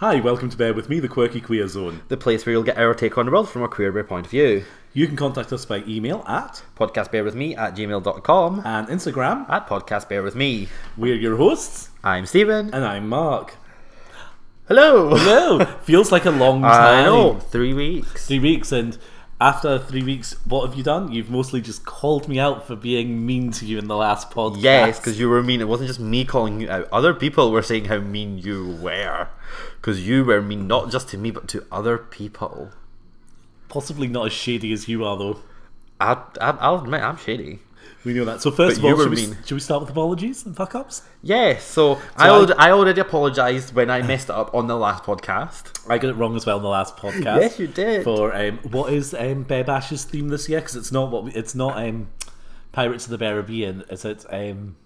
Hi, welcome to Bear With Me, the Quirky Queer Zone. the place where you'll get our take on the world from a queer bear point of view. You can contact us by email at Podcastbearwithme at gmail.com and Instagram. at podcastbearwithme. We're your hosts, I'm Stephen. and I'm Mark. Hello! Hello! Feels like a long I time. know, three weeks. Three weeks, and after three weeks, what have you done? You've mostly just called me out for being mean to you in the last podcast. Yes, because you were mean. It wasn't just me calling you out. Other people were saying how mean you were. Because you were mean not just to me, but to other people. possibly not as shady as you are, though. I, I, I'll admit, I'm shady. We know that. So first But you of all, were should we, mean. should we start with apologies and fuck ups? Yeah, so, I, I- al- I already apologised when I messed it up on the last podcast. I got it wrong as well in the last podcast. Yes, you did. For um, what is um, Bear Bash's theme this year? Because it's not what we, it's not um, Pirates of the Caribbean. It's it's um,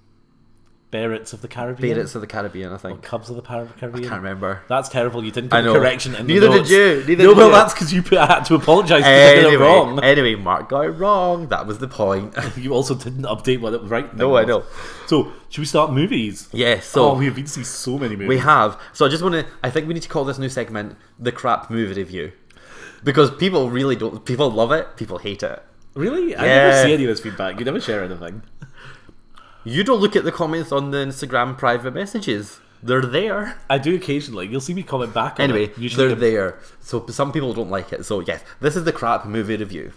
Barretts of the Caribbean. Pirates of the Caribbean, I think. Cubs of the Par- Caribbean. Can't remember. That's terrible. You didn't get I the know. correction. In Neither the did notes. you, neither no, did well, you. that's because you put, I had to apologise because I did it Anyway, wrong. anyway, Mark got it wrong. That was the point. You also didn't update what it right. No, I know. So should we start movies? Yes, so oh, we've been to see so many movies. we have. So I just want to. I think we need to call this new segment the crap movie review because people really don't. People love it. People hate it. Really? I never Yeah. see any of this feedback. You never share anything. You don't look at the comments on the Instagram private messages. They're there. I do occasionally. You'll see me comment back. On Anyway, it. they're the- there. So some people don't like it. So yes, this is the crap movie review.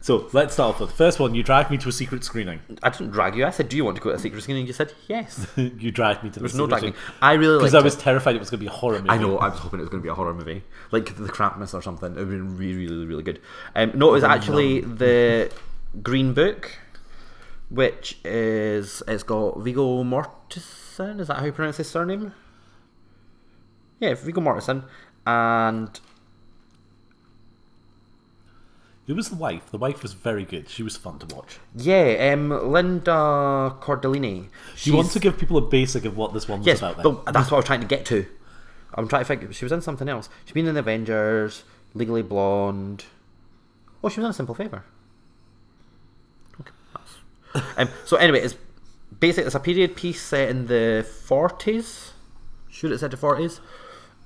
So let's start off with the first one. You dragged me to a secret screening. I didn't drag you. I said, "Do you want to go to a secret screening?" You said, "Yes." you dragged me to the There's no secret dragging. I really Because liked I it. was terrified it was going to be a horror movie. I know. I was hoping it was going to be a horror movie, like The Krampus or something. It would have been really, really, really good. Um, no, it was actually the Green Book, which is it's got Viggo Mortensen. Is that how you pronounce his surname? Yeah, Viggo Mortensen, and Who was the wife? The wife was very good. She was fun to watch. yeah, um, Linda Cordellini. Do you want to give people a basic of what this one was Yes, about? Then? though, that's what I was trying to get to. I'm trying to think. She was in something else. She's been in Avengers, Legally Blonde. Oh, she was in A Simple Favor. Okay. that's- um, so anyway, it's basically it's a period piece set in the 40s. Should it set the 40s?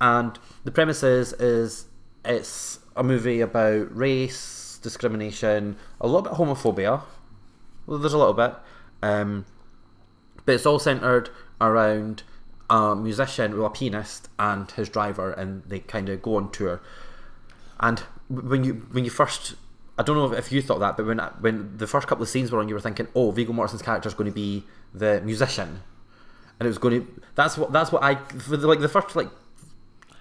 And the premise is is it's a movie about race, discrimination, a little bit of homophobia. Well, there's a little bit. Um, but it's all centered around a musician, well, a pianist, and his driver, and they kind of go on tour. And w- when you when you first, I don't know if you thought that, but when I- when the first couple of scenes were on, you were thinking, oh, Viggo Mortensen's character is going to be the musician, and it was going to. That's what that's what I for the, like the first like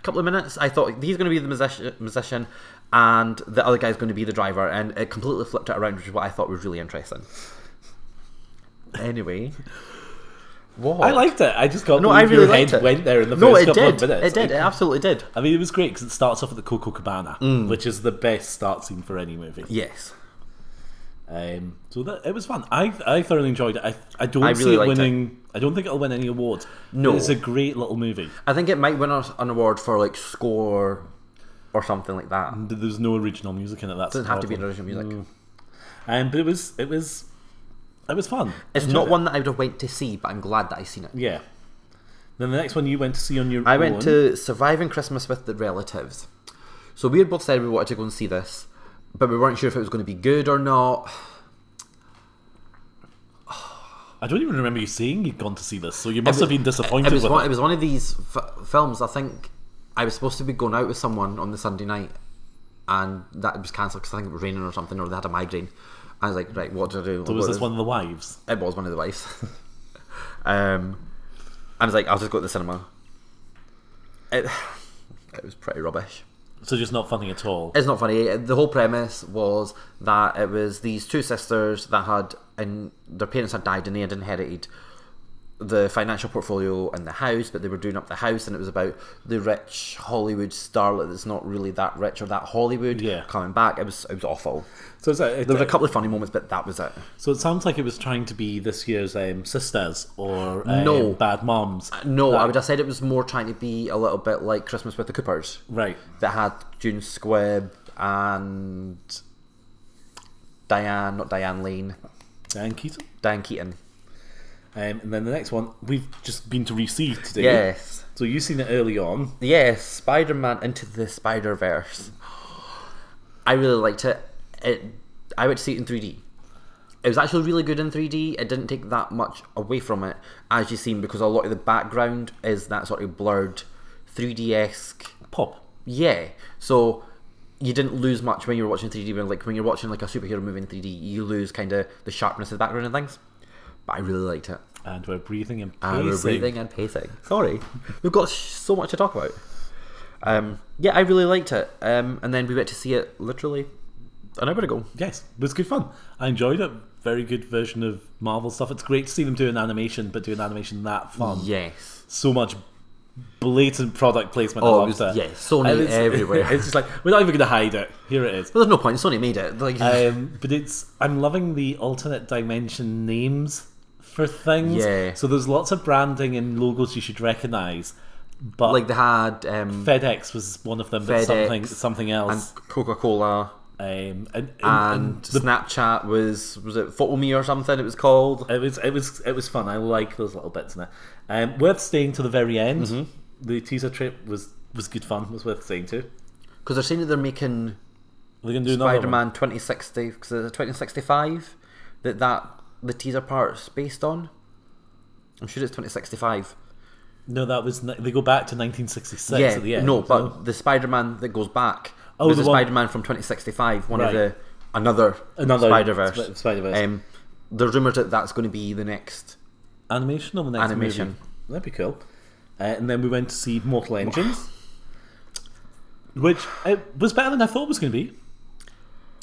couple of minutes. I thought he's going to be the musician, musician, and the other guy's going to be the driver, and it completely flipped it around, which is what I thought was really interesting. Anyway. What? I liked it. I just got No, I really your head liked it. went there in the No, first it couple did. of minutes. It did. It absolutely did. I mean, it was great because it starts off at the Coco Cabana, Mm. which is the best start scene for any movie. Yes. Um, so that it was fun. I I thoroughly enjoyed it. I, I don't I see really it liked it. winning. I don't think it'll win any awards. No. but it's a great little movie. I think it might win us an award for like score or something like that. Th- There's no original music in it. That Doesn't have to be original music. Mm. Um, but it was it was it was fun. It's Enjoyed not it. one that I would have went to see, but I'm glad that I seen it. Yeah. Then the next one you went to see on your I own. went to Surviving Christmas with the Relatives. So we had both said we wanted to go and see this, but we weren't sure if it was going to be good or not. I don't even remember you saying you'd gone to see this, so you must have been disappointed It was with one, it. it was one of these f- films. I think I was supposed to be going out with someone on the Sunday night, and that was cancelled because I think it was raining or something, or they had a migraine. I was like, right, what do I do? So was What this is- one of the wives? It was one of the wives. um, and I was like, I'll just go to the cinema. It, it was pretty rubbish. So just not funny at all. It's not funny. The whole premise was that it was these two sisters that had, and their parents had died, and they had inherited the financial portfolio and the house, but they were doing up the house, and it was about the rich Hollywood starlet that's not really that rich or that Hollywood Yeah. coming back. It was it was awful. So it's a, it, There were a couple of funny moments, but that was it. so it sounds like it was trying to be this year's um, sisters or um, No. bad moms, No, I would have said it was more trying to be a little bit like Christmas with the Coopers. right? that had June Squibb and Diane, not Diane Lane, Dan Keaton. Diane Keaton. Um, and then the next one we've just been to re-see today. Yes. So you seen it early on. Yes, Spider Man into the Spider Verse. I really liked it. It I went to see it in 3D. It was actually really good in 3D. It didn't take that much away from it, as you seen, because a lot of the background is that sort of blurred 3D esque. Pop. Yeah. So you didn't lose much when you were watching 3D. When like when you're watching like a superhero movie in 3D, you lose kind of the sharpness of the background and things. But I really liked it. And we're breathing and pacing. And we're breathing and pacing. Sorry, we've got sh- so much to talk about. Um, yeah, I really liked it. Um, and then we went to see it literally an hour ago. Yes, it was good fun. I enjoyed it. Very good version of Marvel stuff. It's great to see them doing animation, but doing animation that fun. Yes. So much blatant product placement. Oh, I it was, loved it. yeah, Sony And it's- everywhere. It's just like we're not even going to hide it. Here it is. But there's no point. Sony made it. Like, Um, but it's I'm loving the alternate dimension names for things. Yeah. So there's lots of branding and logos you should recognise, but like they had um, FedEx was one of them, but FedEx something something and else. Coca Cola Um, and, and, and Snapchat was was it Photo Me or something? It was called. it was it was it was fun. I like those little bits in it. Um, worth staying to the very end. The teaser trip was was good fun. Was worth staying to. Because they're saying that they're making They're gonna do another Spider one. Man 2060 because it's a 2065 that that the teaser part's based on. I'm sure it's 2065. No, that was ni- they go back to 1966 yeah, at the end. no, but so- the Spider Man that goes back. Oh, there's the a one- Spider Man from 2065. One Right. of the another Another Spider Verse. Sp- Spider-Verse. Um, there's rumours that that's going to be the next. animation on the next Animation. movie. That'd be cool. Uh, and then we went to see Mortal Engines, which uh, was better than I thought it was going to be.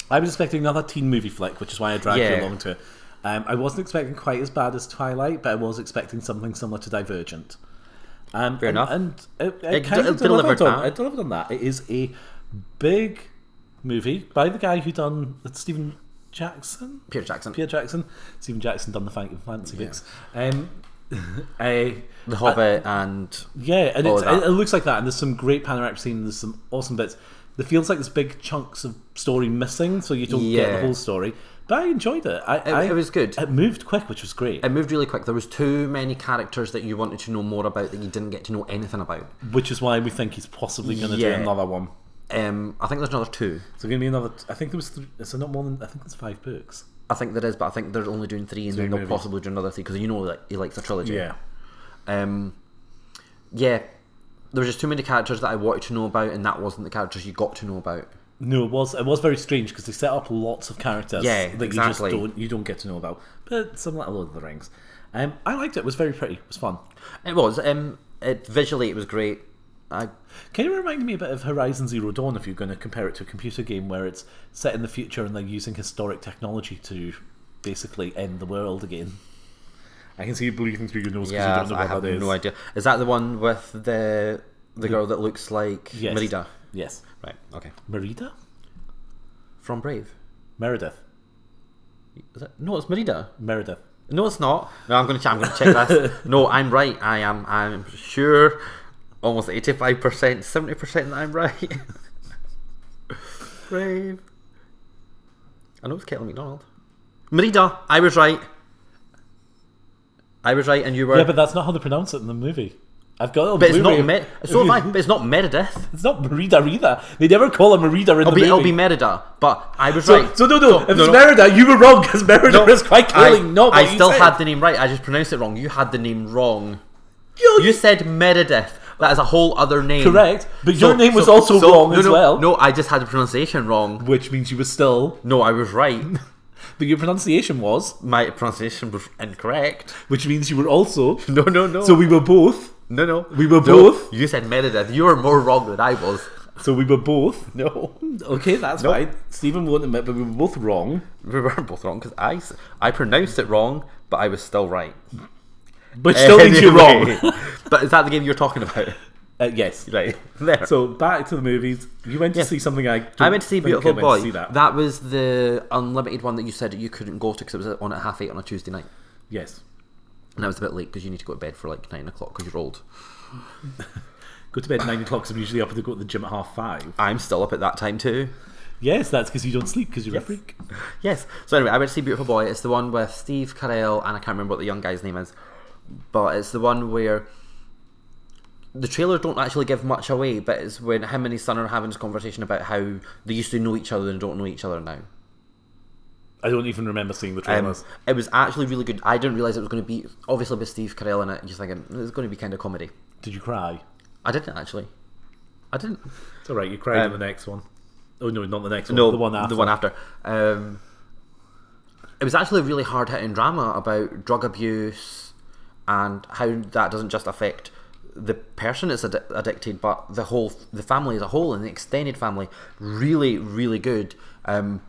I was expecting another teen movie flick, which is why I dragged Yeah. you along to it. Um, I wasn't expecting quite as bad as Twilight, but I was expecting something similar to Divergent. Um, Fair and, enough. And it, it, It kind d- of delivered, delivered on, that. it delivered on that. It is a big movie by the guy who done it's Stephen Jackson. Peter Jackson. Pierre Jackson, Stephen Jackson done the fan- fancy books. Um, eh, The Hobbit and. yeah, and All it's, of that. it, it looks like that, and there's some great panoramic scenes, there's some awesome bits. There feels like there's big chunks of story missing, so you don't get the Yeah. whole story. But I enjoyed it. I, It, I, it was good. It moved quick, which was great. It moved really quick. There was too many characters that you wanted to know more about that you didn't get to know anything about. Which is why we think he's possibly going to Yeah. do another one. Um, I think there's another two. So going to be another. I think there was. Three, so not more than. I think there's five books. I think there is, but I think they're only doing three, and then they'll movies. possibly do another three because you know like he likes a trilogy. Um, yeah, there was just too many characters that I wanted to know about, and that wasn't the characters you got to know about. No, it was it was very strange because they set up lots of characters. Yeah, that exactly. You just don't you don't get to know about. But some like Lord of the Rings. Um, I liked it. It was very pretty. It was fun. It was. Um, it visually it was great. I Kind of reminded me a bit of Horizon Zero Dawn if you're going to compare it to a computer game where it's set in the future and they're using historic technology to basically end the world again. I can see you breathing through your nose because yeah, you don't know I what have that is. no idea. Is that the one with the the girl that looks like Yes. Merida? Yes, Right. Okay. Merida, From Brave. Meredith, Is it? No, it's Merida. Meredith. No, it's not. No, I'm gonna check. I'm gonna check this. no, I'm right. I am. I'm sure. Almost eighty-five percent, seventy percent that I'm right. Brave. I know it's Kettle McDonald. Merida, I was right. I was right, and you were. Yeah, but that's not how they pronounce it in the movie. Have got it on But it's Blu-ray. not. Me- so am I. But it's not Meredith. It's not Merida either. They never call her Merida in the It'll be, movie. it'll be Merida. But I was So, right. so no, no. if no, no. it's Merida, you were wrong because Merida No, is quite clearly not. What I you still said. had the name right. I just pronounced it wrong. You had the name wrong. You- You said Meredith. That is a whole other name. Correct, but So- your name was so- also so- wrong no, as no, well, No, I just had the pronunciation wrong. which means you were still. No, I was right. But your pronunciation was, My pronunciation was incorrect. which means you were also. No, no, no. So we were both. no, no. we were No, both- You said Meredith. You were more wrong than I was. So we were both. No, Okay, that's No. fine. Stephen won't admit, but we were both wrong. we weren't both wrong because I, s- I pronounced it wrong, but I was still right. But still means you're Anyway. wrong. but is that the game you're talking about? Uh, yes. Right there. So back to the movies. You went to see something I. Don't I went to see think Beautiful I went Boy. To see that. was the unlimited one that you said that you couldn't go to because it was on at half eight on a Tuesday night, Yes. and I was a bit late because you need to go to bed for like nine o'clock because you're old. Go to bed at nine o'clock. Cause I'm usually up to go to the gym at half five. I'm still up at that time too. Yes, that's because you don't sleep because you're a freak. Yes. So anyway, I went to see Beautiful Boy. It's the one with Steve Carell and I can't remember what the young guy's name is, but it's the one where the trailers don't actually give much away, but it's when him and his son are having this conversation about how they used to know each other and don't know each other now. I don't even remember seeing the Um, trailers. it was actually really good. I didn't realize it was going to be obviously with Steve Carell in it. Just thinking it's going to be kind of comedy. Did you cry? I didn't actually. I didn't. It's all right. You cried in the next one. Oh no, not the next one. um, No, the one after. The one after. Um, it was actually a really hard hitting drama about drug abuse and how that doesn't just affect the person that's addi- addicted, but the whole the family as a whole and the extended family. Really, really good. Um,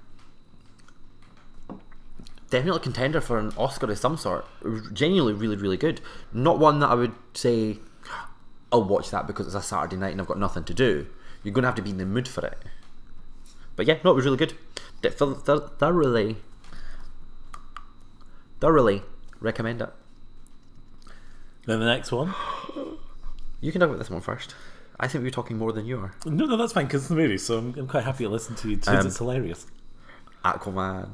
definitely a contender for an Oscar of some sort. R- Genuinely, really, really good. Not one that I would say. I'll watch that because it's a Saturday night and I've got nothing to do. You're going to have to be in the mood for it. But yeah, no, it was really good. Th- th- th- thoroughly, thoroughly recommend it. Then the next one. You can talk about this one first. I think we were talking more than you are. No, no, that's fine because it's the movie, so I'm, I'm quite happy to listen to you because Um, it's hilarious. Aquaman.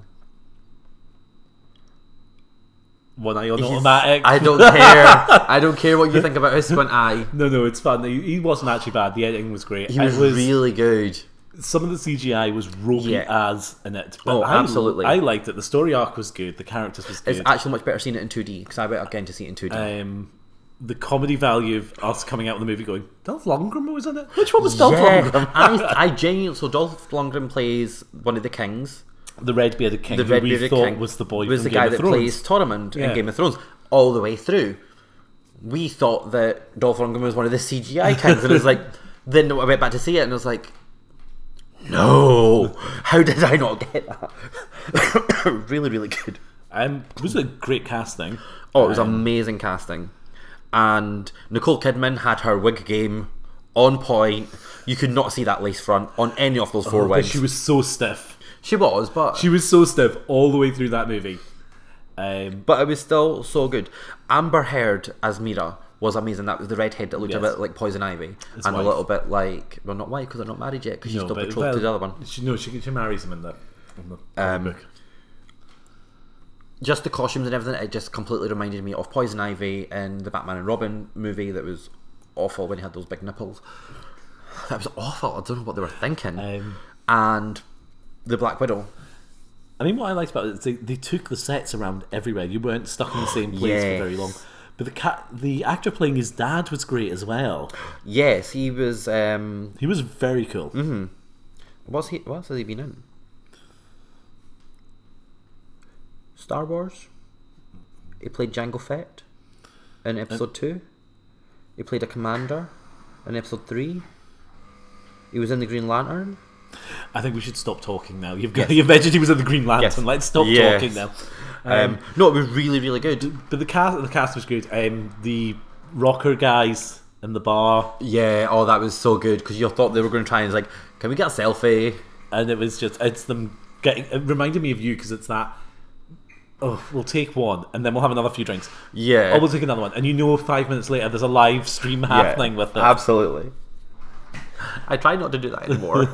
One eye on automatic. I don't care. I don't care what you think about his squint eye. no, no, it's fun. He, he wasn't actually bad. The editing was great. He was, it was really good. some of the CGI was ropey Yeah. as in it. But Oh, I, absolutely. I liked it. The story arc was good. The characters was It's good. actually much better seeing it in 2D because I went again to see it in 2D. um, the comedy value of us coming out of the movie going, Dolph Lundgren was in it. Which one was Dolph Lundgren? yeah, I, I genuinely. So Dolph Lundgren plays one of the kings. The red bearded king, the who red we bearded thought king was the boy was from the Game guy of that Thrones. plays Tormund Yeah. in Game of Thrones all the way through. We thought that Dolph Lundgren was one of the CGI kings, and it was like, then I went back to see it, and I was like, no, how did I not get that? really, really good. Um, it was a great casting. Oh, it was Um, amazing casting, and Nicole Kidman had her wig game on point. You could not see that lace front on any of those four Oh, but wigs. she was so stiff. she was, but She was so stiff all the way through that movie. Um, But it was still so good. Amber Heard as Mira was amazing. That was the redhead that looked a Yes. bit like Poison Ivy His and wife. a little bit like well, not wife because they're not married yet because she's no, still but- betrothed to well, the other one. She, no, she, she marries him in the, in the Um, book. Just the costumes and everything. It just completely reminded me of Poison Ivy in the Batman and Robin movie that was awful when he had those big nipples. That was awful. I don't know what they were thinking. Um, and the Black Widow. I mean, what I liked about it is they, they took the sets around everywhere. You weren't stuck in the same place for very Yes. long. But the cat, the actor playing his dad was great as well. Yes, he was. Um, He was very cool. what's he? What else has he been in? Star Wars. He played Jango Fett in episode two. He played a commander in episode three. He was in the Green Lantern. I think we should stop talking now. You've got, you've mentioned he was in the Green Lantern. Yes. Let's stop Yes. talking now. Um, no, it was really, really good. But the cast, the cast was good. Um, the rocker guys in the bar, Yeah, oh, that was so good because you thought they were going to try and like, can we get a selfie? and it was just it's them getting. It reminded me of you because it's that. Oh, we'll take one, and then we'll have another few drinks. Yeah, Oh, we'll take another one, and you know, five minutes later, there's a live stream happening with it. Absolutely. I try not to do that anymore.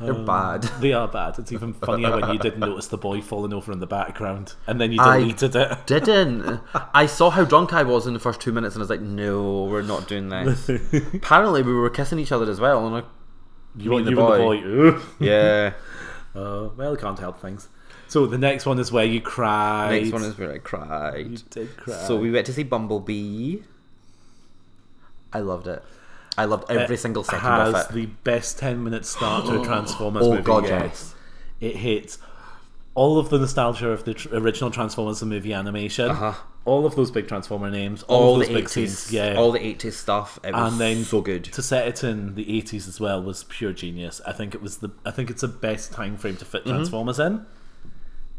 They're bad. They are bad. It's even funnier when you didn't notice the boy falling over in the background, and then you I- deleted it. didn't. I saw how drunk I was in the first two minutes, and I was like, "No, we're not doing this." Apparently, we were kissing each other as well, and I, You Me want and the you and the boy. boy? Ooh. yeah. Uh, well, can't help things. So the next one is where you cry. Next one is where I cried. you did cry. So we went to see Bumblebee. I loved it. I loved every single second has of it. the best ten minute start to a Transformers Oh, movie. God, yet. yes. it hits all of the nostalgia of the tr- original Transformers the movie animation, all of those big Transformer names, all, Uh-huh. all of the those big eighties, scenes, yeah. all the eighties stuff. It was and then so good. to set it in the 80s as well was pure genius i think it was the i think it's the best time frame to Mm-hmm. fit transformers in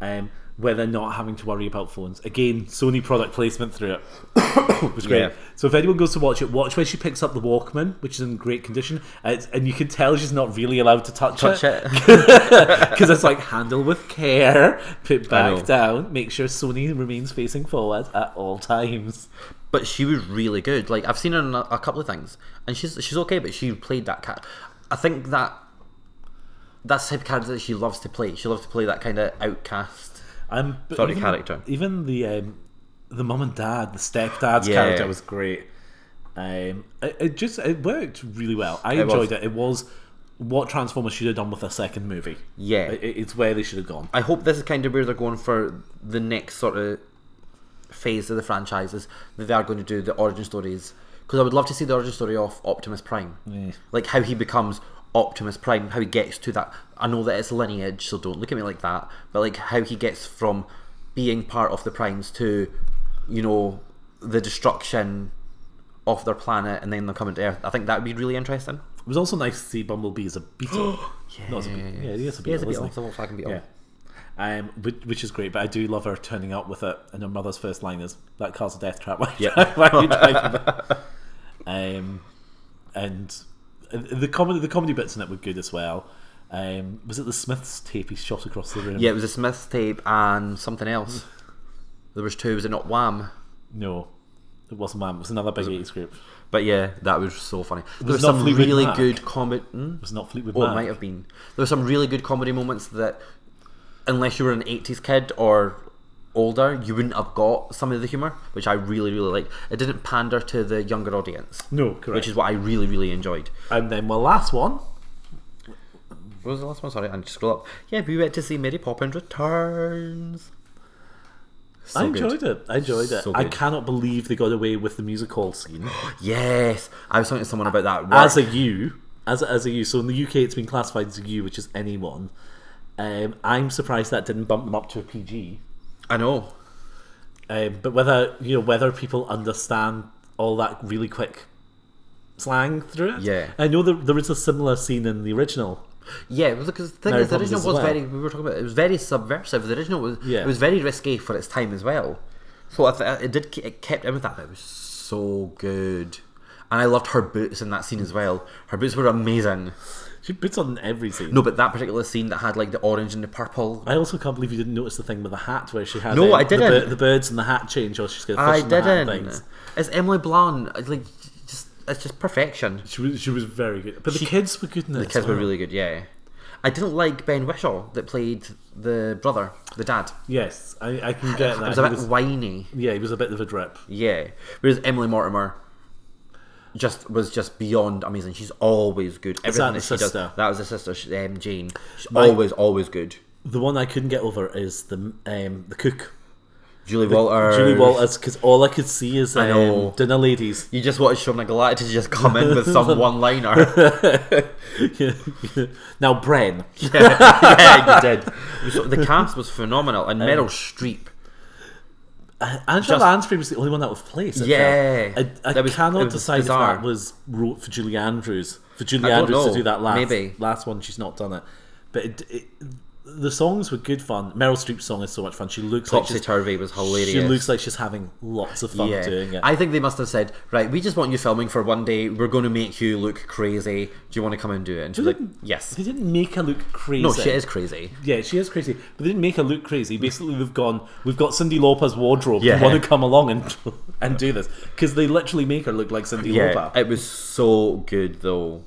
um where they're not having to worry about phones again sony product placement through it It was great Yeah. so if anyone goes to watch it watch where she picks up the walkman which is in great condition and, it's, and you can tell she's not really allowed to touch, Touch it it. because it's like handle with care put know. back down make sure sony remains facing forward at all times But she was really good. Like I've seen her in a, a couple of things, and she's she's okay. But she played that cat. I think that that's the type of character that she loves to play. She loves to play that kind of outcast. Um, but Sort of even, character. Even the um, the mum and dad, the stepdad's Yeah. character was great. Um, it, it just it worked really well. I It was. enjoyed it. It was what Transformers should have done with a second movie. Yeah. It- it- it's where they should have gone. I hope this is kind of where they're going for the next sort of phase of the franchises that they are going to do the origin stories because I would love to see the origin story of Optimus Prime, like how he becomes Optimus Prime, how he gets to that. I know that it's lineage, so don't look at me like that, but like how he gets from being part of the Primes to, you know, the destruction of their planet and then they're coming to Earth. I think that would be really interesting. It was also nice to see Bumblebee as a beetle. Not as a beetle. Yeah, he is a beetle. Yeah, it's a isn't Beetle, he? it's a Volkswagen Beetle. Yeah. Um, which, which is great, but I do love her turning up with it, and her mother's first line is "That car's a death trap." Why, Yeah. why are you driving that? Um, and the comedy, the comedy bits in it were good as well. Um, was it the Smiths tape he shot across the room? Yeah, it was a Smith tape and something else. There was two. Was it not Wham? No, it wasn't Wham. It was another big eighties group. But yeah, that was so funny. There was not some Fleetwood really Mac. good comedy. Hmm? It was not Fleetwood Oh, it Mac. might have been. There were some really good comedy moments that, unless you were an '80s kid or older, you wouldn't have got some of the humor, which I really, really like. It didn't pander to the younger audience, No, correct. which is what I really, really enjoyed. and then my last one. What was the last one? Sorry, I need to scroll up. Yeah, we went to see Mary Poppins Returns. So I good. enjoyed it. I enjoyed it. So I good. cannot believe they got away with the music hall scene. Yes, I was talking to someone about that. at work. as a U, as a, as a U. So in the UK, it's been classified as a U, which is anyone. Um, I'm surprised that didn't bump them up to a PG. I know. Um, but whether you know whether people understand all that really quick slang through it, Yeah. I know there, there is a similar scene in the original. Yeah, because the thing Mary is, the Poppins original as was well. very. We were talking about it was very subversive. The original was Yeah. it was very risque for its time as well. So I th- it did ke- it kept in with that. But it was so good, and I loved her boots in that scene as well. Her boots were amazing. She puts on every scene. No, but that particular scene that had like the orange and the purple. I also can't believe you didn't notice the thing with the hat where she had No, um, I The, bir- didn't. the birds and the hat change, or she's going to I fish in the hat didn't. things. It's Emily Blunt. It's Like just it's just perfection. She was, she was very good, but the kids were good in it. The kids were really good. Yeah, I didn't like Ben Whishaw that played the brother, the dad. yes. I, I can get that. It was Ah, He a bit was- whiny. yeah, he was a bit of a drip. Yeah. Whereas Emily Mortimer just was just beyond amazing. She's always good. Everything that the that, she sister? does. That was her sister, she, um, Jane. She's My- always, always good. The one I couldn't get over is the um, the cook, Julie Walters. Julie Walters, because all I could see is um, know. dinner ladies. You just watch Shona Galactic just come in with some one liner. now Bren, yeah, you did. So the cast was phenomenal. And Um, Meryl Streep. Angela Just- Lansbury was the only one that was placed. I felt. Yeah. I, I That was- cannot it was decide bizarre. if that was wrote for Julie Andrews for Julie don't Andrews to know. do that last Maybe. last one. She's not done it, but it, it, the songs were good fun. Meryl Streep's song is so much fun. She looks Topsy like she's, Turvy was hilarious. she looks like she's having lots of fun yeah. doing it. I think they must have said, right, we just want you filming for one day. We're going to make you look crazy. Do you want to come and do it? And she's like, yes. they didn't make her look crazy. No, she is crazy. Yeah, she is crazy. But they didn't make her look crazy. Basically, they've gone, we've got Cindy Lauper's wardrobe. Yeah. You want to come along and and do this? Because they literally make her look like Cindy Yeah, Lauper. it was so good though.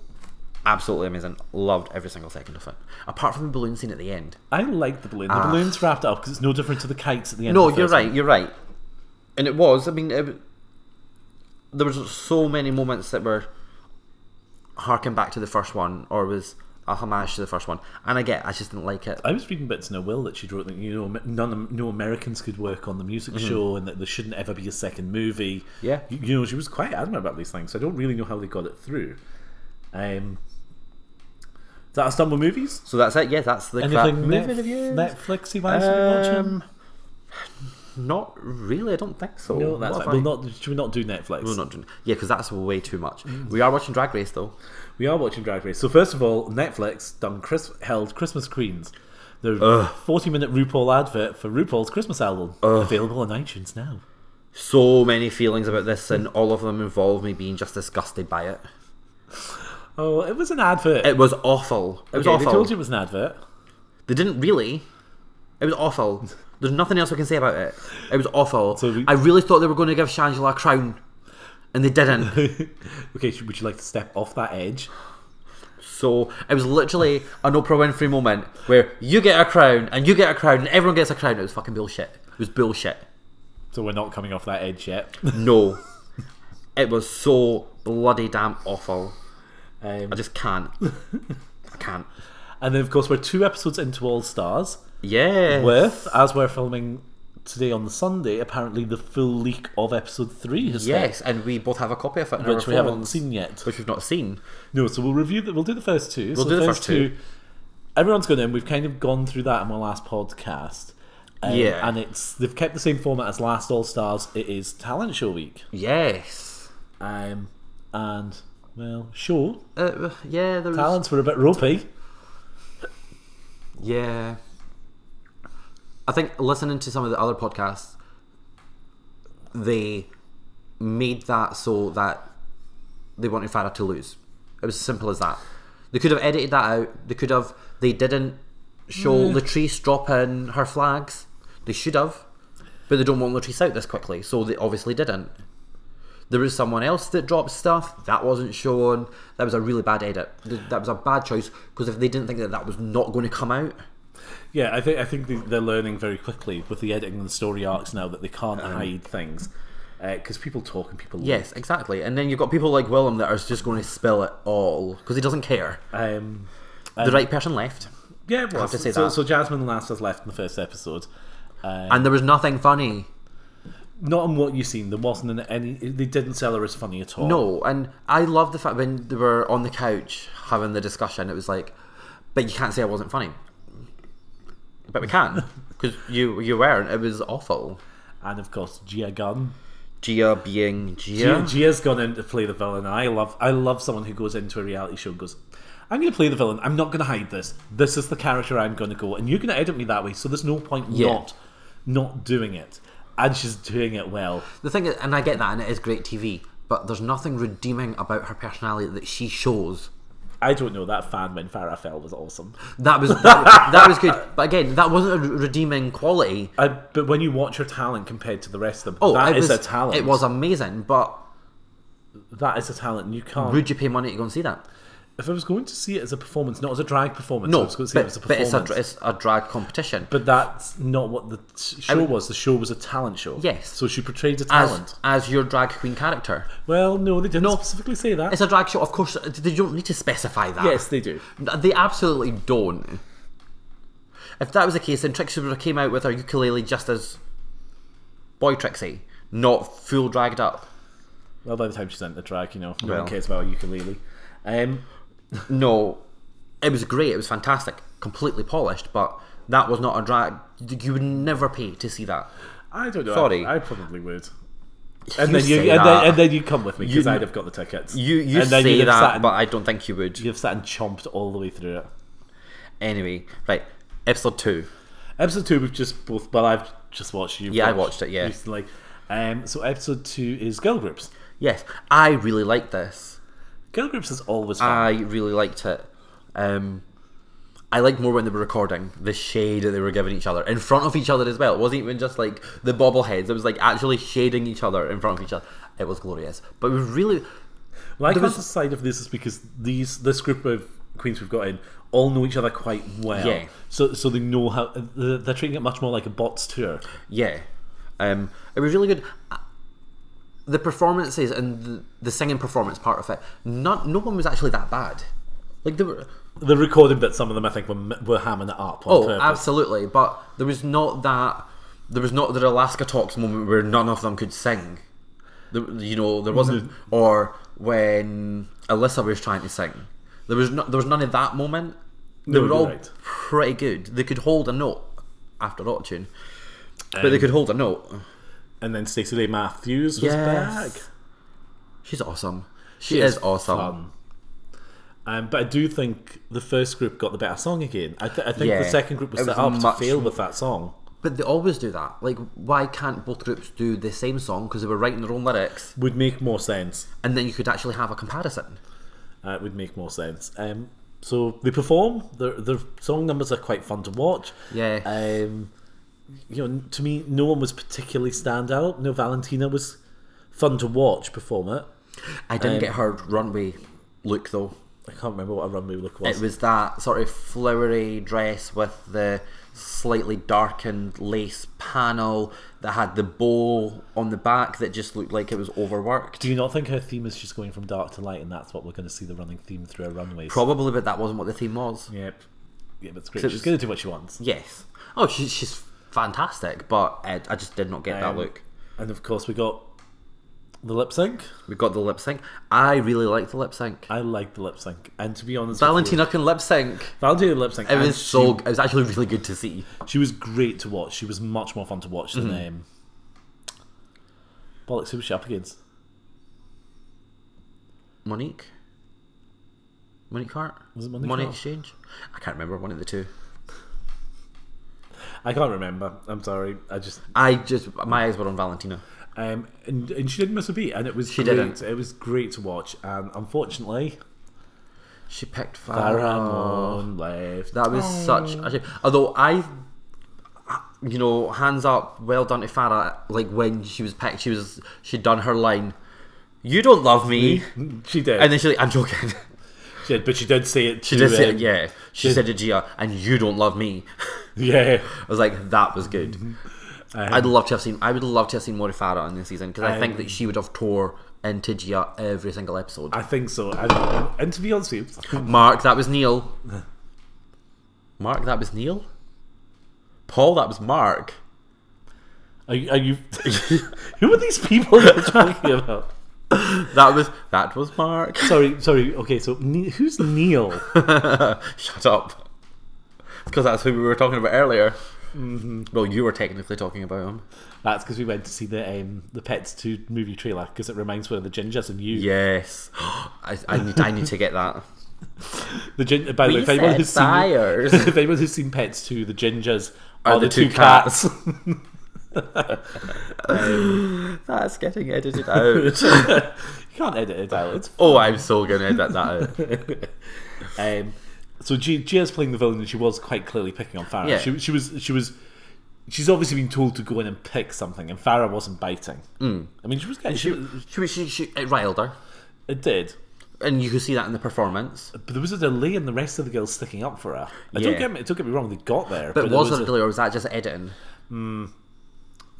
Absolutely amazing. Loved every single second of it. Apart from the balloon scene at the end. I like the balloon. The balloon's wrapped up because it's no different to the kites at the end. Ah. No, of the you're first right. You're right. And it was. I mean, it, w- there was so many moments that were harking back to the first one, or was a homage to the first one. And I get, I just didn't like it. I was reading bits in a will that she'd wrote that you know none no Americans could work on the music show and that there shouldn't ever be a second movie. Mm-hmm. Yeah. you, you know she was quite adamant about these things. So I don't really know how they got it through. Um, that's done with movies. So that's it. Yeah, that's the crap Anything movie Netf- reviews. Netflixy wise you're watching? Um, Not really. I don't think so. No, that's What fine. have We'll I- not, should we not do Netflix? We're not doing. Yeah, because that's way too much. Mm. We are watching Drag Race though. We are watching Drag Race. So first of all, Netflix done Chris held Christmas Queens, the forty-minute RuPaul advert for RuPaul's Christmas album, available on iTunes now. so many feelings about this, and all of them involve me being just disgusted by it. Oh, it was an advert. It was awful. It was Okay, They awful. told you it was an advert. They didn't really. It was awful. There's nothing else I can say about it. It was awful. So we- I really thought they were going to give Shangela a crown, and they didn't. okay, should, would you like to step off that edge? so it was literally an Oprah Winfrey moment where you get a crown and you get a crown and everyone gets a crown. It was fucking bullshit. It was bullshit. So we're not coming off that edge yet. No. It was so bloody damn awful. Um, I just can't. I can't. and then, of course, we're two episodes into All Stars. Yeah. With, as we're filming today on the Sunday, apparently the full leak of episode three has hit, Yes, and we both have a copy of it, in which our we haven't phones, seen yet. which we've not seen. No, so we'll review that. We'll do the first two. We'll so do the first two. Everyone's gone in. We've kind of gone through that in my last podcast. Um, Yeah. and it's they've kept the same format as last All Stars. It is talent show week. Yes. Um, and well, sure, Uh, yeah, there was. talents were a bit ropey. Yeah. I think listening to some of the other podcasts, they made that so that they wanted Farah to lose. It was as simple as that. They could have edited that out. They could have. They didn't Mm. show Latrice dropping her flags. They should have. But they don't want Latrice out this quickly, so they obviously didn't. There was someone else that dropped stuff that wasn't shown. That was a really bad edit. Th- That was a bad choice because if they didn't think that that was not going to come out, Yeah, I think I think they- they're learning very quickly with the editing and the story arcs now that they can't Uh-huh. hide things because people talk and people yes, exactly. And then you've got people like Willem that are just going to spill it all because he doesn't care. Um, the right person left, yeah, it was. to say so, that. so Jasmine Last has left in the first episode. Um, and there was nothing funny. not on what you've seen. There wasn't an- any. They didn't sell her as funny at all. No, and I love the fact when they were on the couch having the discussion, it was like, but you can't say I wasn't funny. But we can because you you weren't. It was awful. And of course, Gia Gunn. Gia being Gia, Gia. Gia's gone in to play the villain. I love. I love someone who goes into a reality show and goes. I'm going to play the villain. I'm not going to hide this. This is the character I'm going to go, and you're going to edit me that way. So there's no point Yeah. not not doing it. And she's doing it well. The thing is, and I get that, and it is great TV, but there's nothing redeeming about her personality that she shows. I don't know that fan when Farrah fell was awesome. That was that, that was good, but again, that wasn't a re- redeeming quality. I, but when you watch her talent compared to the rest of them, Oh, that it is was, a talent. It was amazing, but that is a talent, and you can't. would you pay money to go and see that? If I was going to see it as a performance, not as a drag performance, I No, was going to see it as but, a but it's performance. a dr- it's a drag competition. But that's not what the t- show was. The show was a talent show. Yes. So she portrayed a talent. as, as your drag queen character, well, no, they didn't specifically say that. it's a drag show. Of course, they don't need to specify that. Yes, they do. They absolutely don't. If that was the case, then Trixie would have came out with her ukulele just as boy Trixie, not full dragged up. Well, by the time she's into drag, you know, no Well. one cares about a ukulele. Um, No, it was great. It was fantastic, completely polished, but that was not a drag. You would never pay to see that. I don't know. Sorry. I, I probably would. You And then you say and that. then, and then you come with me because You- I'd have got the tickets. You you and then say you'd have sat that, and, but I don't think you would. you'd have sat and chomped all the way through it. Anyway, right. Episode two. Episode two, we've just both. Well, I've just watched you. Yeah, I watched it, yeah. recently. Um, so episode two is girl groups. Yes, I really liked this. Girl groups is always fun. I really liked it. Um, I liked more when they were recording the shade that they were giving each other in front of each other as well. It wasn't even just like the bobbleheads. It was like actually shading each other in front of each other. It was glorious, but it was really Well, I There can't was- decide if this is because these this group of queens we've got in all know each other quite well. Yeah. So so they know how they're, they're treating it much more like a bots tour. yeah. Um, it was really good. Uh, The performances and the, the singing performance part of it. Not no one was actually that bad. Like they were. The recording bit, some of them I think were m- were hamming it up on Oh, purpose. absolutely. But there was not that. There was not the Alaska Talks moment where none of them could sing. There, you know, there wasn't. Or when Alyssa was trying to sing, there was no, there was none of that moment. They No, were you're all right. pretty good. They could hold a note after auto tune, but they could hold a note. and then Stacey Lee Matthews was Yes. back. She's awesome. She, is, awesome. fun. Um, but I do think the first group got the better song again. I, th- I think Yeah. the second group was It set was up to much fail with that song. But they always do that. Like, why can't both groups do the same song because they were writing their own lyrics, Would make more sense. and then you could actually have a comparison. Uh, it would make more sense. Um, so they perform. Their their song numbers are quite fun to watch. Yeah. Um, you know, to me, no one was particularly stand out. No, Valentina was fun to watch perform it. Um, I didn't get her runway look though. I can't remember what a runway look was. It was that sort of flowery dress with the slightly darkened lace panel that had the bow on the back that just looked like it was overworked. Do you not think her theme is just going from dark to light, and that's what we're going to see the running theme through her runways? Probably, but that wasn't what the theme was. Yep. Yeah, but it's great. So it She's was- going to do what she wants. Yes. Oh, she's, she's fantastic, but uh, I just did not get Um, that look. And of course, we got the lip sync. We got the lip sync. I really liked the lip sync. I like the lip sync, and to be honest, with you- Valentina can lip sync. Valentina lip sync. It and was so. It was actually really good to see. she, she was great to watch. She was much more fun to watch than Mm-hmm. um, bollocks. Who was she up against? Monique. Monique Hart. Was it Monique Money Hart? Exchange? I can't remember one of the two. I can't remember. I'm sorry. I just I just my eyes were on Valentina. um, and, and she didn't miss a beat, and it was She great. didn't. It was great to watch, and unfortunately, She picked Farrah Farah. Moon left. That was such a shame. Although I, you know, hands up, well done to Farah. Like when she was picked, she was she'd done her line. You don't love me, she did. and then she like I'm joking. she did, but she did say it. She to, did say um, yeah. She did- said to Gia, and you don't love me. Yeah. I was like, that was good. I'd love to have seen. I would love to have seen more of Farah in this season because I think that she would have tore into Gia every single episode. I think so. And, and to be honest with you, Mark, that was Neil. Mark, that was Neil. Paul, that was Mark. are, you- are you? who are these people you're talking about? That was that was Mark. Sorry, sorry. Okay, so ne- who's Neil? Shut up. Because that's who we were talking about earlier. Well, you were technically talking about him. That's because we went to see the um, the Pets Two movie trailer because it reminds one of the gingers and you. Yes, I, I need I need to get that. The gin- by the way, if anyone said who's seen sires. if anyone who's seen Pets Two, the gingers are, the, two, cats. That's getting edited out. you can't edit it out. It's oh, I'm so gonna edit that out. Um, so G- Gia's playing the villain, and she was quite clearly picking on Farah. Yeah. She, she was, she was, she's obviously been told to go in and pick something, and Farah wasn't biting. I mean, she was getting, she, was- Mm. She, was- she, she, it riled her, it did, and you could see that in the performance. but there was a delay in the rest of the girls sticking up for her. I Yeah. don't get, me, don't get me wrong, they got there, But, but, was it was it really, or was that just editing?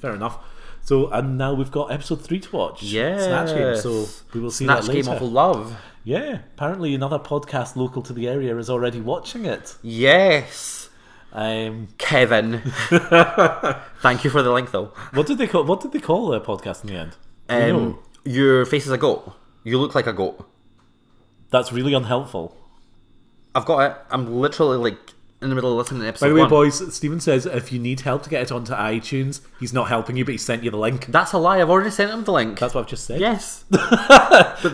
fair enough. So and now we've got episode three to watch. Yes. Snatch Game. So we will see Snatch that Game later. of Love. Yeah, apparently another podcast local to the area is already watching it. Yes, Um, Kevin. Thank you for the link, though. what did they call? What did they call their podcast in the end? Do you Um, know? your face is a goat. You look like a goat. that's really unhelpful. I've got it. I'm literally like in the middle of listening to episode By the way, one. boys, Steven says if you need help to get it onto iTunes, he's not helping you, but he sent you the link. That's a lie. I've already sent him the link. That's what I've just said. yes.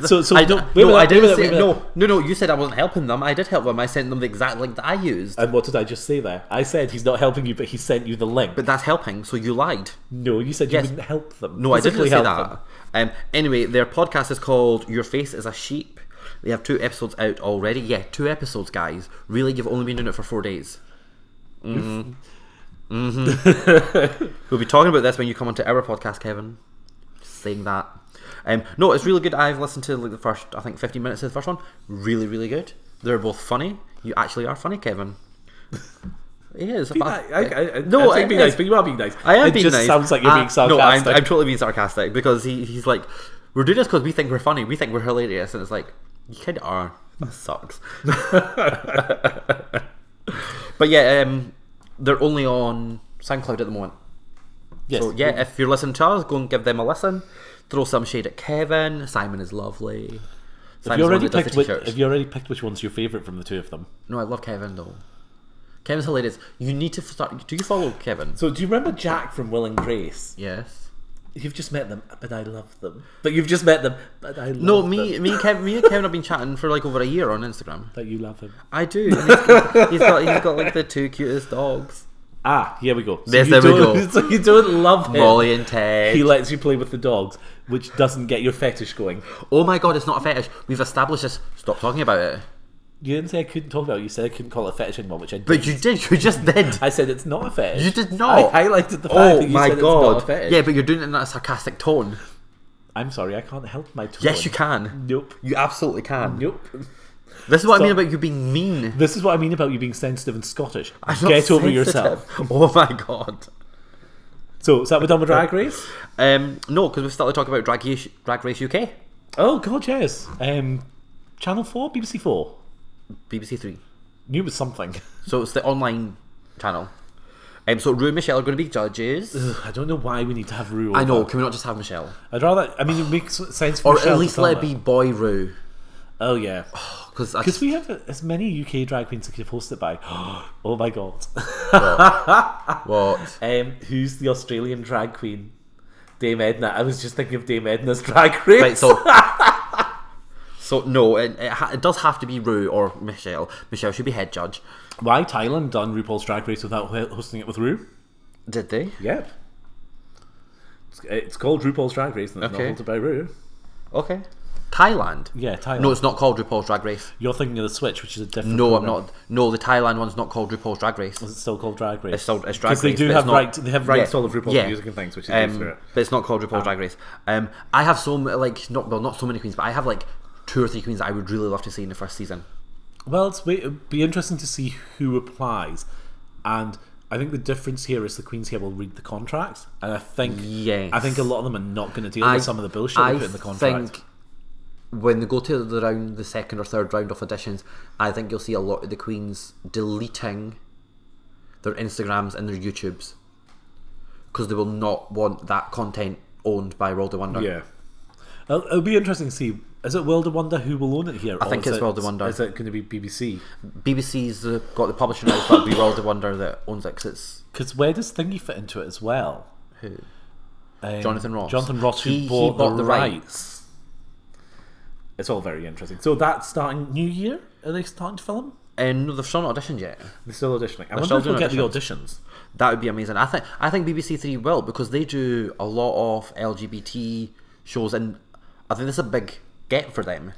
So, so I, no, no, wait a minute, I wait a didn't minute, say wait a minute. no. No, no. You said I wasn't helping them. I did help them. I sent them the exact link that I used. And what did I just say there? I said he's not helping you, but he sent you the link. but that's helping. So you lied. no, you said Yes. you wouldn't help them. No, I didn't Physically say help that. Um, anyway, their podcast is called "Your Face Is a Sheep." They have two episodes out already. Yeah, two episodes, guys. Really, you've only been doing it for four days. hmm we'll be talking about this when you come onto our podcast, Kevin. Just saying that. Um, no, it's really good. I've listened to like the first, I think, fifteen minutes of the first one. Really, really good. They're both funny. You actually are funny, Kevin. He is. Be nice. I, I, I, No, it I think be is. nice, but you are being nice. I am it being just nice. sounds like you're Ah, being sarcastic. No, I'm, I'm totally being sarcastic because he, he's like, we're doing this because we think we're funny, we think we're hilarious, and it's like, you kind of are. That sucks. but yeah, um, they're only on SoundCloud at the moment. yes. So yeah, if you're listening to us, go and give them a listen. Throw some shade at Kevin. Simon is lovely. Have you, Simon's the one already that does picked the which, t-shirts. have you already picked which one's your favourite from the two of them? No, I love Kevin though. Kevin's hilarious. You need to f- start. Do you follow Kevin? So, do you remember Jack from Will and Grace? Yes. You've just met them, but I love them. But you've just met them, but I love No, them. me, me, and Kevin, me and Kevin have been chatting for like over a year on Instagram. But you love them. I do. and he's got, he's got he's got like the two cutest dogs, Ah, here we go. So Yes, you there we don't- go. So you don't love him. Molly and Ted. He lets you play with the dogs, which doesn't get your fetish going. oh my god, it's not a fetish. We've established this. Stop talking about it. You didn't say I couldn't talk about it. You said I couldn't call it a fetish anymore, which I did. But you did. You just did. I said it's not a fetish. You did not. I highlighted the fact Oh that you my said god. it's not a fetish. Yeah, but you're doing it in a sarcastic tone. I'm sorry, I can't help my tone. Yes, you can. Nope. You absolutely can. Nope. This is what I mean Stop. about you being mean. This is what I mean about you being sensitive and Scottish. I'm not Get over sensitive. yourself. Oh my god. So, is that we're done with Drag Race? Um, no, because we've started talking about Drag, Race- Drag Race UK, Oh, God, yes. Um, Channel 4? BBC 4? BBC Three. Knew it was something. So it's the online channel. Um, so Rue and Michelle are going to be judges. Ugh, I don't know why we need to have Rue. I know. over. Can we not just have Michelle, I'd rather. I mean, it makes sense for or Michelle at to least film let it be Boy Rue? Oh, yeah. Because I Because just, we have as many UK drag queens as we could host it by. oh, my God. what? Um, who's the Australian drag queen? Dame Edna. I was just thinking of Dame Edna's drag race. Right. So. So no, it, it, ha- it does have to be Rue or Michelle. Michelle should be head judge. Why Thailand done RuPaul's Drag Race without ho- hosting it with Ru? Did they? Yep. It's, it's called RuPaul's Drag Race and it's Okay. not hosted by Ru. Okay. Thailand. Yeah, Thailand. No, it's not called RuPaul's Drag Race. You're thinking of the Switch, which is a different. No, I'm program. not. No, the Thailand one's not called RuPaul's Drag Race. Is it still called Drag Race? It's still it's Drag Because they Race, do but have it's not- right, they have rights to all of Yeah, RuPaul's yeah. music and things, which is Ah. Um, good for it. but it's not called RuPaul's Drag Race. Um, I have so m- like not well, not so many queens, but I have like two or three queens that I would really love to see in the first season. Well, it's, it'd be interesting to see who applies, and I think the difference here is the queens here will read the contracts, and I think Yes. I think a lot of them are not going to deal I- with some of the bullshit I they put in the contract. think when they go to the round, the second or third round of auditions, I think you'll see a lot of the queens deleting their Instagrams and their YouTubes because they will not want that content owned by World of Wonder. Yeah, it'll, it'll be interesting to see. Is it World of Wonder who will own it here? I think it's World of Wonder. Is it going to be BBC? BBC's uh, got the publishing rights, but it'll be World of Wonder that owns it 'cause it's Because where does Thingy fit into it as well? Who? Jonathan Ross. Jonathan Ross, who He- he bought, bought the, the rights. rights. It's all very interesting. So that's starting New Year. Are they starting to film? Um, no, they've still not auditioned yet. They're still auditioning. I wonder still if we'll doing get the auditions. That would be amazing. I think I think BBC Three will because they do a lot of LGBT shows, and I think this is a big get for them.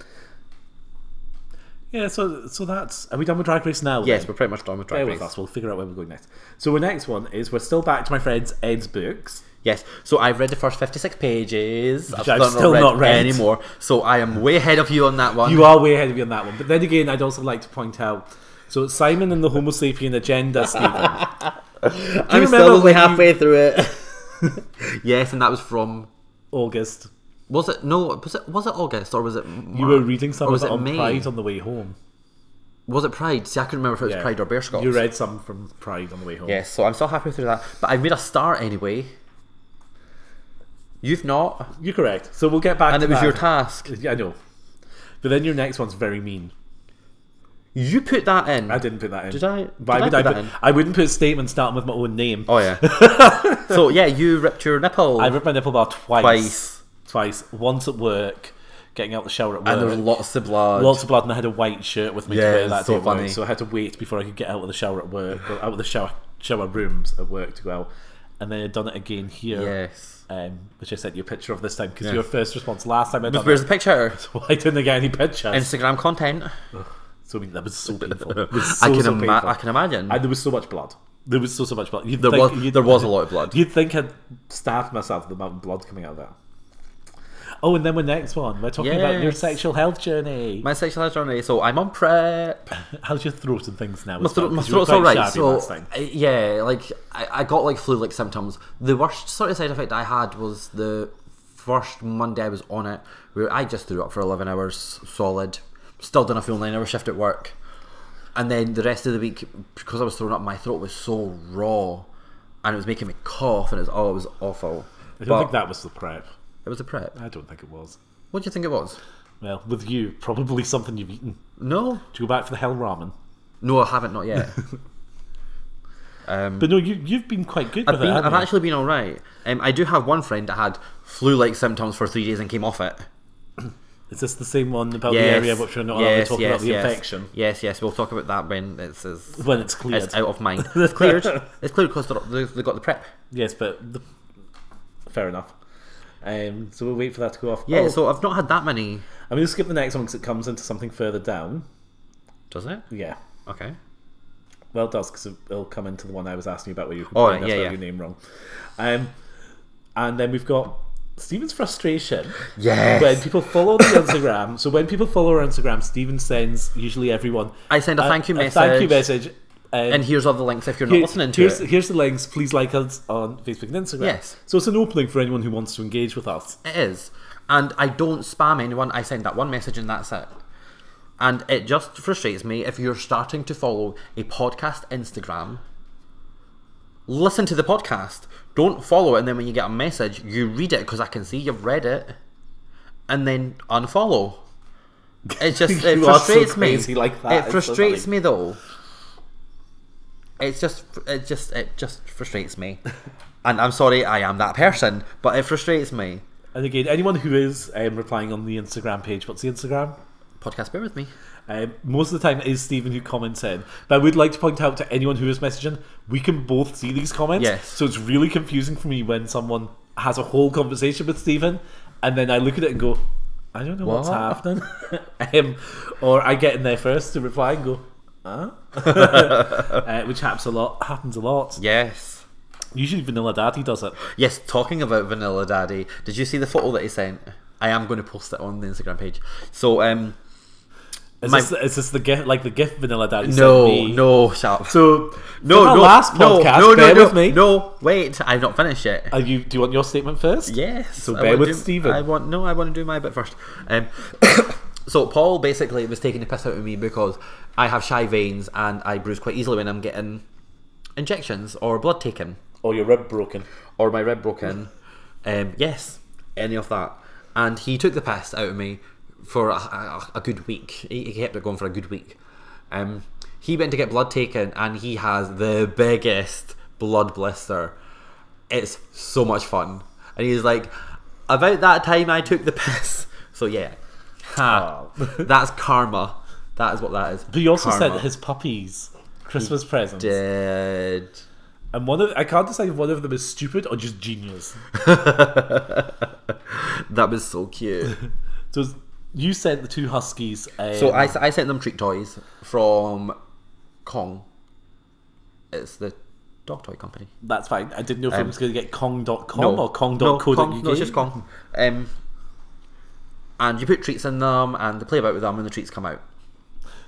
Yeah, so so that's are we done with Drag Race now? Yes, then? we're pretty much done with Bear Drag with Race. us. We'll figure out where we're going next. So our next one is we're still back to my friend's Ed's books. Yes, so I've read the first fifty-six pages. I've I've still not read. anymore, so I am way ahead of you on that one. You are way ahead of me on that one. But then again, I'd also like to point out. So Simon and the Homo sapien agenda, Stephen. I'm remember still only when you- halfway through it. yes, and that was from. August. Was it no? Was it was it August or was it? March? You were reading some Or of was it Oh, it on May? Pride on the way home. Was it Pride? See, I couldn't remember if it was Yeah. Pride or Bear Scott. You read some from Pride on the way home. Yes, so I'm still happy through that. But I've made a start anyway. You've not. You're correct. So we'll get back And to it was your that. task. Yeah, I know. But then your next one's very mean. You put that in. I didn't put that in. Did I- Why did would I I, put put, that in? I wouldn't put a statement starting with my own name. Oh, yeah. so, yeah, you ripped your nipple. I ripped my nipple bar twice. Twice. Twice. Once at work, getting out the shower at work. and there was lots of blood. Lots of blood, and I had a white shirt with me Yeah, to wear it's that so day. at work, funny. So I had to wait before I could get out of the shower at work, or out of the shower shower rooms at work to go out. And then I'd done it again here, Yes. um, which I sent you a picture of this time because your first response last time I done Where's it, the picture? why didn't I get any pictures? Instagram content. so I mean, that was so painful. It was I so, can so ima- painful. I can imagine. And there was so much blood. There was so so much blood. You'd there think- was you'd- there was a lot of blood. You'd think I'd stabbed myself with the amount of blood coming out of that. Oh, and then my next one. We're talking about your Yes. sexual health journey. My sexual health journey. So I'm on prep. How's your throat and things now? My, throat, my throat's all right. So I- yeah, like I, I got like flu-like symptoms. The worst sort of side effect I had was the first Monday I was on it, where I just threw up for eleven hours solid. Still done a full nine-hour shift at work, and then the rest of the week because I was throwing up, my throat was so raw, and it was making me cough, and it was oh, it was awful. I don't but think that was the prep. it was a prep. I don't think it was. What do you think it was? Well, with you, probably something you've eaten. No, Do you go back for the hell ramen? no, I haven't not yet. But no, you, you've been quite good Mm. I've, with been, it. haven't I've you? actually been all right. Um, I do have one friend that had flu-like symptoms for three days and came off it. Is this the same one about Yes, the area which we're not allowed to yes, talk yes, about the yes. infection? Yes, yes, we'll talk about that when it's it's, When it's cleared. it's out of mind. It's cleared. it's cleared because they got the prep. Yes, but the... fair enough. Um, so we'll wait for that to go off. Yeah, Oh, so I've not had that many. I'm going to skip the next one because it comes into something further down. Does it? Yeah. Okay. Well, it does because it'll come into the one I was asking you about where you Oh, complained right, I yeah, spelled yeah. your name wrong. Um, and then we've got Stephen's frustration Yes. when people follow the Instagram. so when people follow our Instagram, Stephen sends usually everyone I send a, thank you message. Uh, thank you message. um, And, And here's all the links if you're not here- listening to here's, it. here's the links. Please like us on Facebook and Instagram. Yes. So it's an opening for anyone who wants to engage with us. It is. And I don't spam anyone. I send that one message and that's it. And it just frustrates me if you're starting to follow a podcast Instagram. Listen to the podcast. Don't follow it. And then when you get a message, you read it because I can see you've read it. And then unfollow. It just it You are so frustrates crazy me. like that. It It's so frustrates funny. me though. It's just it just it just frustrates me. and I'm sorry I am that person, but it frustrates me. And again, anyone who is um, replying on the Instagram page, what's the Instagram? podcast bear with me Um, most of the time, it is Stephen who comments in. But I would like to point out to anyone who is messaging, we can both see these comments. Yes. So it's really confusing for me when someone has a whole conversation with Stephen, and then I look at it and go, I don't know what's What? happening. um, or I get in there first to reply and go, huh? uh, which happens a lot. Happens a lot. yes Usually, Vanilla Daddy does it. yes talking about vanilla daddy did you see the photo that he sent i am going to post it on the instagram page so um Is, My- this, is this the gift, like the gift Vanilla Daddy no sent me? no sharp So no from our no last no, podcast, no no bear no with me. no wait i've not finished yet Are you? Do you want your statement first? Yes. So I bear wanna with do- Stephen. I want no. I want to do my bit first. Um, so Paul basically was taking the piss out of me because I have shy veins and I bruise quite easily when I'm getting injections or blood taken. Or Oh, your rib broken? or my rib broken. Um, yes, any of that. And he took the piss out of me for a, a, a good week. He, he kept it going for a good week. Um, he went to get blood taken, and he has the biggest blood blister. It's so much fun, and he's like, "About that time I took the piss." So yeah, ha, Oh. that's karma. That is what that is. But he also Karma. sent his puppies Christmas presents, dead. and one of I can't decide if one of them is stupid or just genius. That was so cute. So it's- you sent the two huskies. Um, So I, I sent them treat toys from Kong. It's the dog toy company. Oh, that's fine. I didn't know if I was going to get Kong.com or Um, no, Kong.co.uk. Kong, no, it's just Kong. Um, and you put treats in them, and they play about with them, and the treats come out.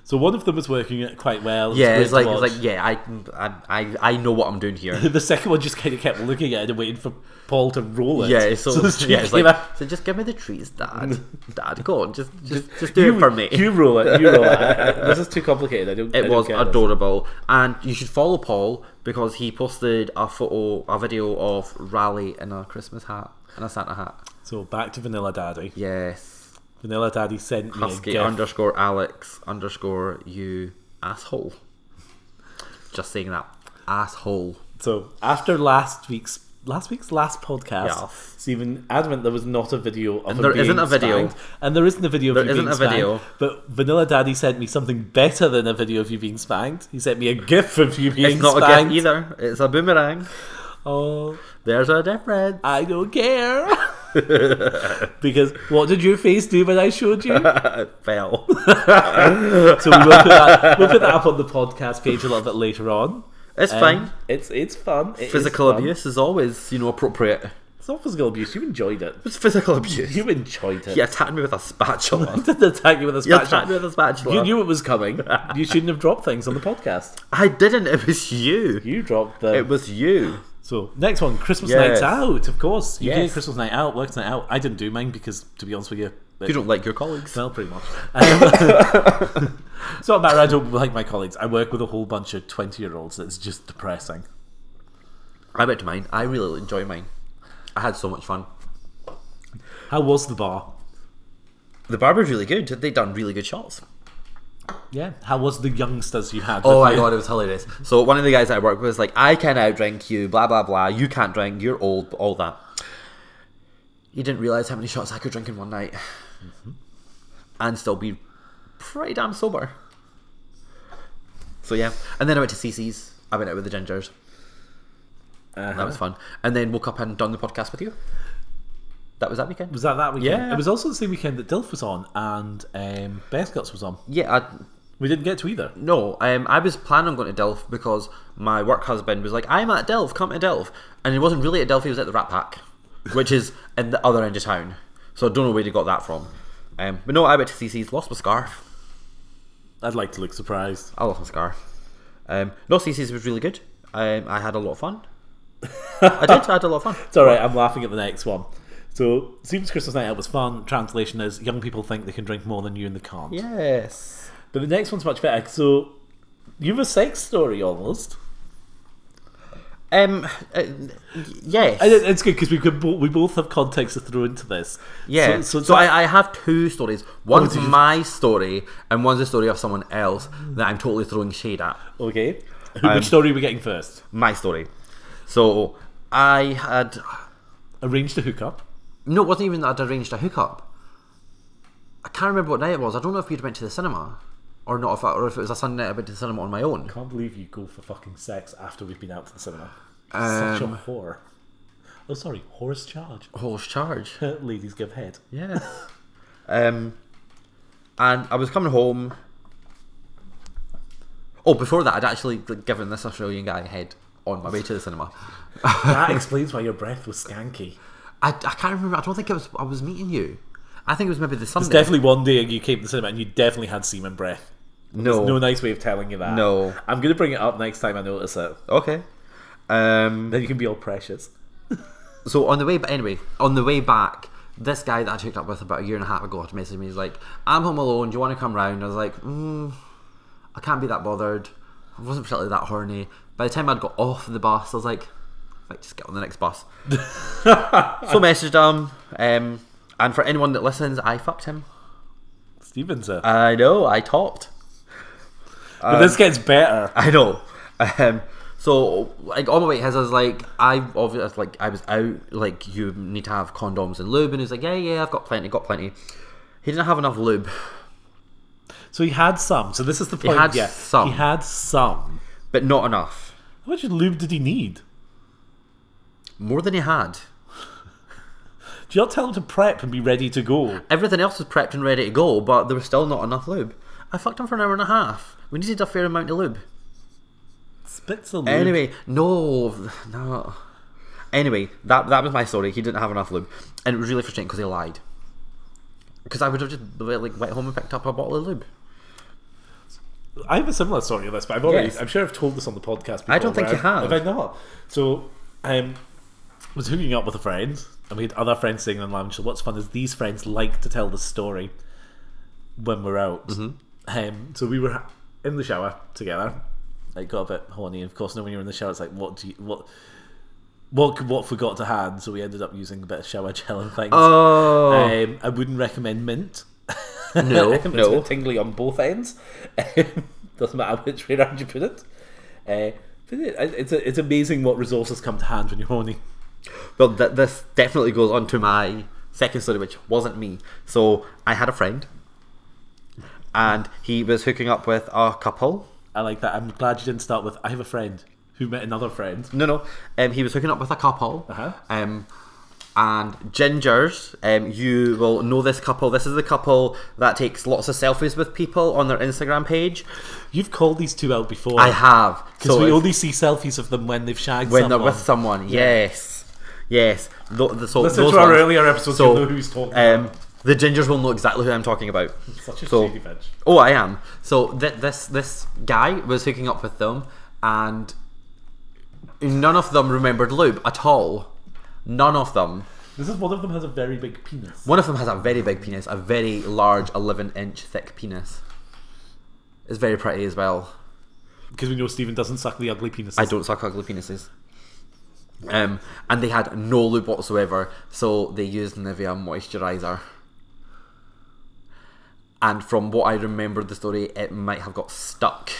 So one of them was working it quite well. It was Yeah, great it's like to it's watch. like yeah, I I I, I know what I'm doing here. The second one just kind of kept looking at it and waiting for Paul to roll it. Yeah, so, the street yeah, it's came like, out. so just give me the treats, Dad. Dad, go on, just just just do you, it for me. You roll it. You roll it. I- I- this is too complicated. I don't. I It don't was get this. adorable, and you should follow Paul because he posted a photo, a video of Raleigh in a Christmas hat and a Santa hat. So back to Vanilla Daddy. Yes, Vanilla Daddy sent me a husky gift. underscore Alex underscore you asshole. Just saying that asshole. So after last week's last week's last podcast, Yes. Stephen adamant there was not a video of and there isn't a video. and there isn't a video. There of you isn't being a video. spanked, But Vanilla Daddy sent me something better than a video of you being spanked. He sent me a GIF of you being It's not a spanked. gift either. It's a boomerang. Oh, There's a difference. I don't care. because what did your face do when I showed you? Uh, It fell. So we will put that, we'll put that up on the podcast page a little bit later on. It's Um, fine. It's it's fun. It is Physical fun. abuse is always, you know, appropriate. It's not physical abuse. You enjoyed it. It's physical abuse. You enjoyed it. He attacked me with a spatula. did attack you with a he spatula. attacked me with a spatula. You knew it was coming. You shouldn't have dropped things on the podcast. I didn't. It was you. You dropped them. It was you. so next one, Christmas Yes. nights out. Of course, you Yes. did Christmas night out, works night out. I didn't do mine because, to be honest with you, it You don't like your colleagues. fell pretty much. Um, it's not a matter. I don't like my colleagues. I work with a whole bunch of twenty-year-olds. It's just depressing. I went to mine. I really enjoy mine. I had so much fun. How was the bar? The bar was really good. They done really good shots. Yeah. How was the youngsters you had? Oh with my you? god, it was hilarious. So one of the guys that I work with was like, I can outdrink you, blah blah blah. You can't drink. You're old. All that. You didn't realize how many shots I could drink in one night, Mm-hmm. and still be pretty damn sober. So yeah, and then I went to CC's. I went out with the gingers. Uh-huh. That was fun. And then woke up and done the podcast with you. That was that weekend. Was that that weekend? Yeah. It was also the same weekend that Dilf was on and um, Best Guts was on. yeah, I, We didn't get to either. no, um, I was planning on going to Delft because my work husband was like, "I'm at Delft, come to Delft," and he wasn't really at Delft; he was at the Rat Pack. which is in the other end of town. So I don't know where they got that from. Um, but no, I went to CC's, lost my scarf. I'd like to look surprised. I lost my scarf. Um, no, CC's was really good. Um, I had a lot of fun. I did. I had a lot of fun. It's all right. I'm laughing at the next one. So, seems Christmas night out was fun. Translation is young people think they can drink more than you and they can't. Yes. But the next one's much better. So, you have a sex story almost. Um. uh, yes. And it- it's good because we could bo- we both have context to throw into this. Yeah. So, so, So, I, I have two stories. One's did you- my story, and one's the story of someone else that I'm totally throwing shade at. okay. Who, which story are we getting first? My story. So I had Arranged a hookup. no. It wasn't even that I'd arranged a hookup. I can't remember what night it was. I don't know if we'd went to the cinema or not, if I, or if it was a Sunday night I went to the cinema on my own. Can't believe you go for fucking sex after we've been out to the cinema. Such Um, a whore. Oh, sorry, horse charge. Horse charge. Ladies give head. Yes. um, and I was coming home. Oh, before that, I'd actually given this Australian guy a head on my way to the cinema. That explains why your breath was skanky. I, I can't remember. I don't think it was. I was meeting you. I think it was maybe the Sunday. It's definitely one day you came to the cinema and you definitely had semen breath. no. No nice way of telling you that. No. I'm going to bring it up next time I notice it. Okay. Um. Then you can be all precious. So on the way, but anyway, on the way back, this guy that I hooked up with about a year and a half ago had messaged me. He's like, "I'm home alone. Do you want to come round?" I was like, mm, "I can't be that bothered. I wasn't particularly that horny." By the time I'd got off the bus, I was like, "Right, just get on the next bus." so messaged him, um, and for anyone that listens, I fucked him. Steven's a- Uh, I know, I topped. but this gets better. I know. Um, so like on my way to his, I was like, I obviously like I was out. Like you need to have condoms and lube, and he was like, yeah, yeah, I've got plenty, got plenty. He didn't have enough lube, So he had some. So this is the point. had yeah, some. He had some. but not enough. How much lube did he need? More than he had. Do you not tell him to prep and be ready to go? Everything else was prepped and ready to go, but there was still not enough lube. I fucked him for an hour and a half. We needed a fair amount of lube. Spits a lube. Anyway, no, no. Anyway, that that was my story. He didn't have enough lube, and it was really frustrating because he lied. Because I would have just like went home and picked up a bottle of lube. I have a similar story of this, but I've already, Yes. I'm sure I've told this on the podcast before. I don't think where you I've- have. Have I not? So, um, was hooking up with a friend, and we had other friends sitting in the lounge. So, what's fun is these friends like to tell the story when we're out. Mm-hmm. Um, so, we were in the shower together. It got a bit horny, and of course, now when you're in the shower, it's like, what do you, what, what, what forgot to hand? So, we ended up using a bit of shower gel and things. Oh, Um, I wouldn't recommend mint. No, it's a bit no. tingly on both ends. Um, Doesn't matter which way around you put it. Uh, but it, it's it's amazing what resources come to hand when you're horny. well, th- this definitely goes on to my second story, which wasn't me. So I had a friend, and he was hooking up with a couple. I like that. I'm glad you didn't start with I have a friend who met another friend. No, no, um, he was hooking up with a couple. Uh-huh. Um, and gingers, um, you will know this couple. This is the couple that takes lots of selfies with people on their Instagram page. You've called these two out before. I have Because we it's- only see selfies of them when they've shagged when someone. they're with someone. Yes, yes. Tho- th- so Listen those to our ones. earlier episodes, So, you'll know who's talking. Um, the gingers will know exactly who I'm talking about. Such a so- shady bitch. Oh, I am. So th- this this guy was hooking up with them, and none of them remembered lube at all. None of them. This is one of them has a very big penis. One of them has a very big penis, a very large, eleven-inch thick penis. It's very pretty as well. Because we know Stephen doesn't suck the ugly penises. I don't suck ugly penises. Um, and they had no lube whatsoever, so they used Nivea moisturizer. And from what I remember the story, it might have got stuck.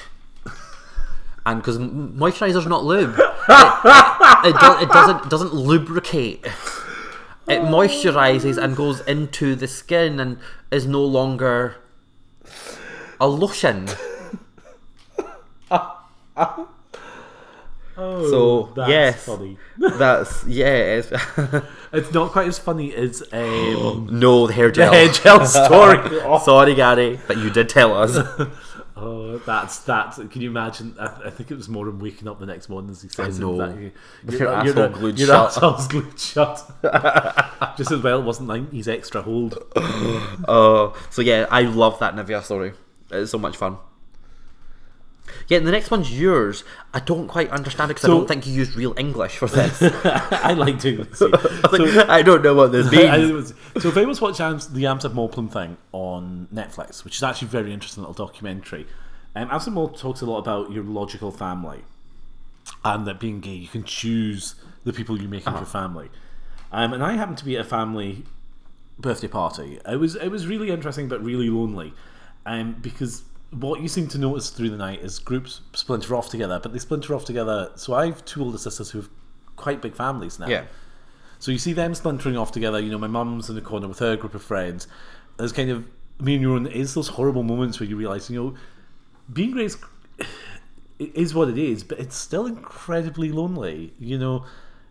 And because moisturizer's not lube, it, it, it, do- it doesn't doesn't lubricate. It moisturizes and goes into the skin and is no longer a lotion. Oh, So, that's yes. funny. That's yeah. It's, It's not quite as funny as um, No, the hair gel. Oh. the head gel story. Sorry, Gary, but you did tell us. Oh, that's that. Can you imagine? I, I think it was more him waking up the next morning as he says know. him that you, With you're- your you're- asshole glued your shut. asshole's glued shut. Just as well, it wasn't nineties extra hold. Oh, so yeah, I love that Nivea story. It's so much fun. Yeah, and the next one's yours. I don't quite understand it because I So- don't think you used real English for this. I like doing this. So, I don't know what this I- means. so if anyone's watched Ams, the Amsterdam Moplum thing on Netflix, which is actually a very interesting little documentary, um, Amsterdam Moplum talks a lot about your logical family. and that being gay, you can choose the people you make into your family. Um, and I happened to be at a family birthday party. It was it was really interesting, but really lonely, um, because what you seem to notice through the night is groups splinter off together, but they splinter off together. So I have two older sisters who have quite big families now. Yeah. So you see them splintering off together. You know, my mum's in the corner with her group of friends. There's kind of me and your own. Is those horrible moments where you realise, you know, being gay is, it is what it is, but it's still incredibly lonely. You know,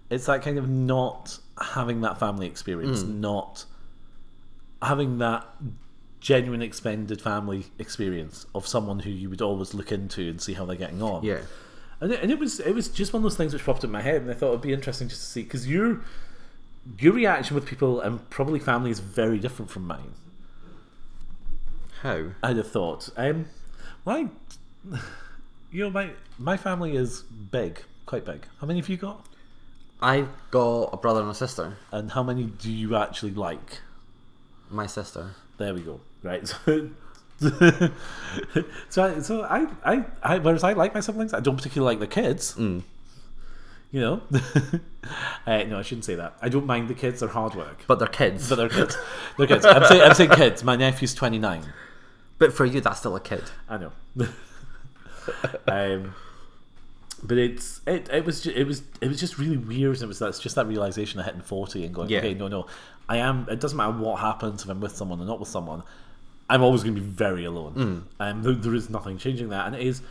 it's that kind of not having that family experience, not having that genuine expanded family experience of someone who you would always look into and see how they're getting on. Yeah. And it, and it was it was just one of those things which popped in my head, and I thought it'd be interesting just to see because your your reaction with people and probably family is very different from mine. How? I'd have thought. Um, well, I, you know, my my family is big, quite big. How many have you got? I've got a brother and a sister. And how many do you actually like? My sister. There we go. Right. So, so, I, so I, I, I, whereas I like my siblings, I don't particularly like the kids. You know, uh, no, I shouldn't say that. I don't mind the kids; they're hard work, But they're kids. but they're kids. They're kids. I'm saying, I'm saying kids. My nephew's twenty nine. But for you, that's still a kid. I know. um, but it's it, it was ju- it was it was just really weird. and It was that's just that realization of hitting forty and going, Yeah. okay, no, no, I am. It doesn't matter what happens if I'm with someone or not with someone. I'm always going to be very alone. Um, there, there is nothing changing that, and it is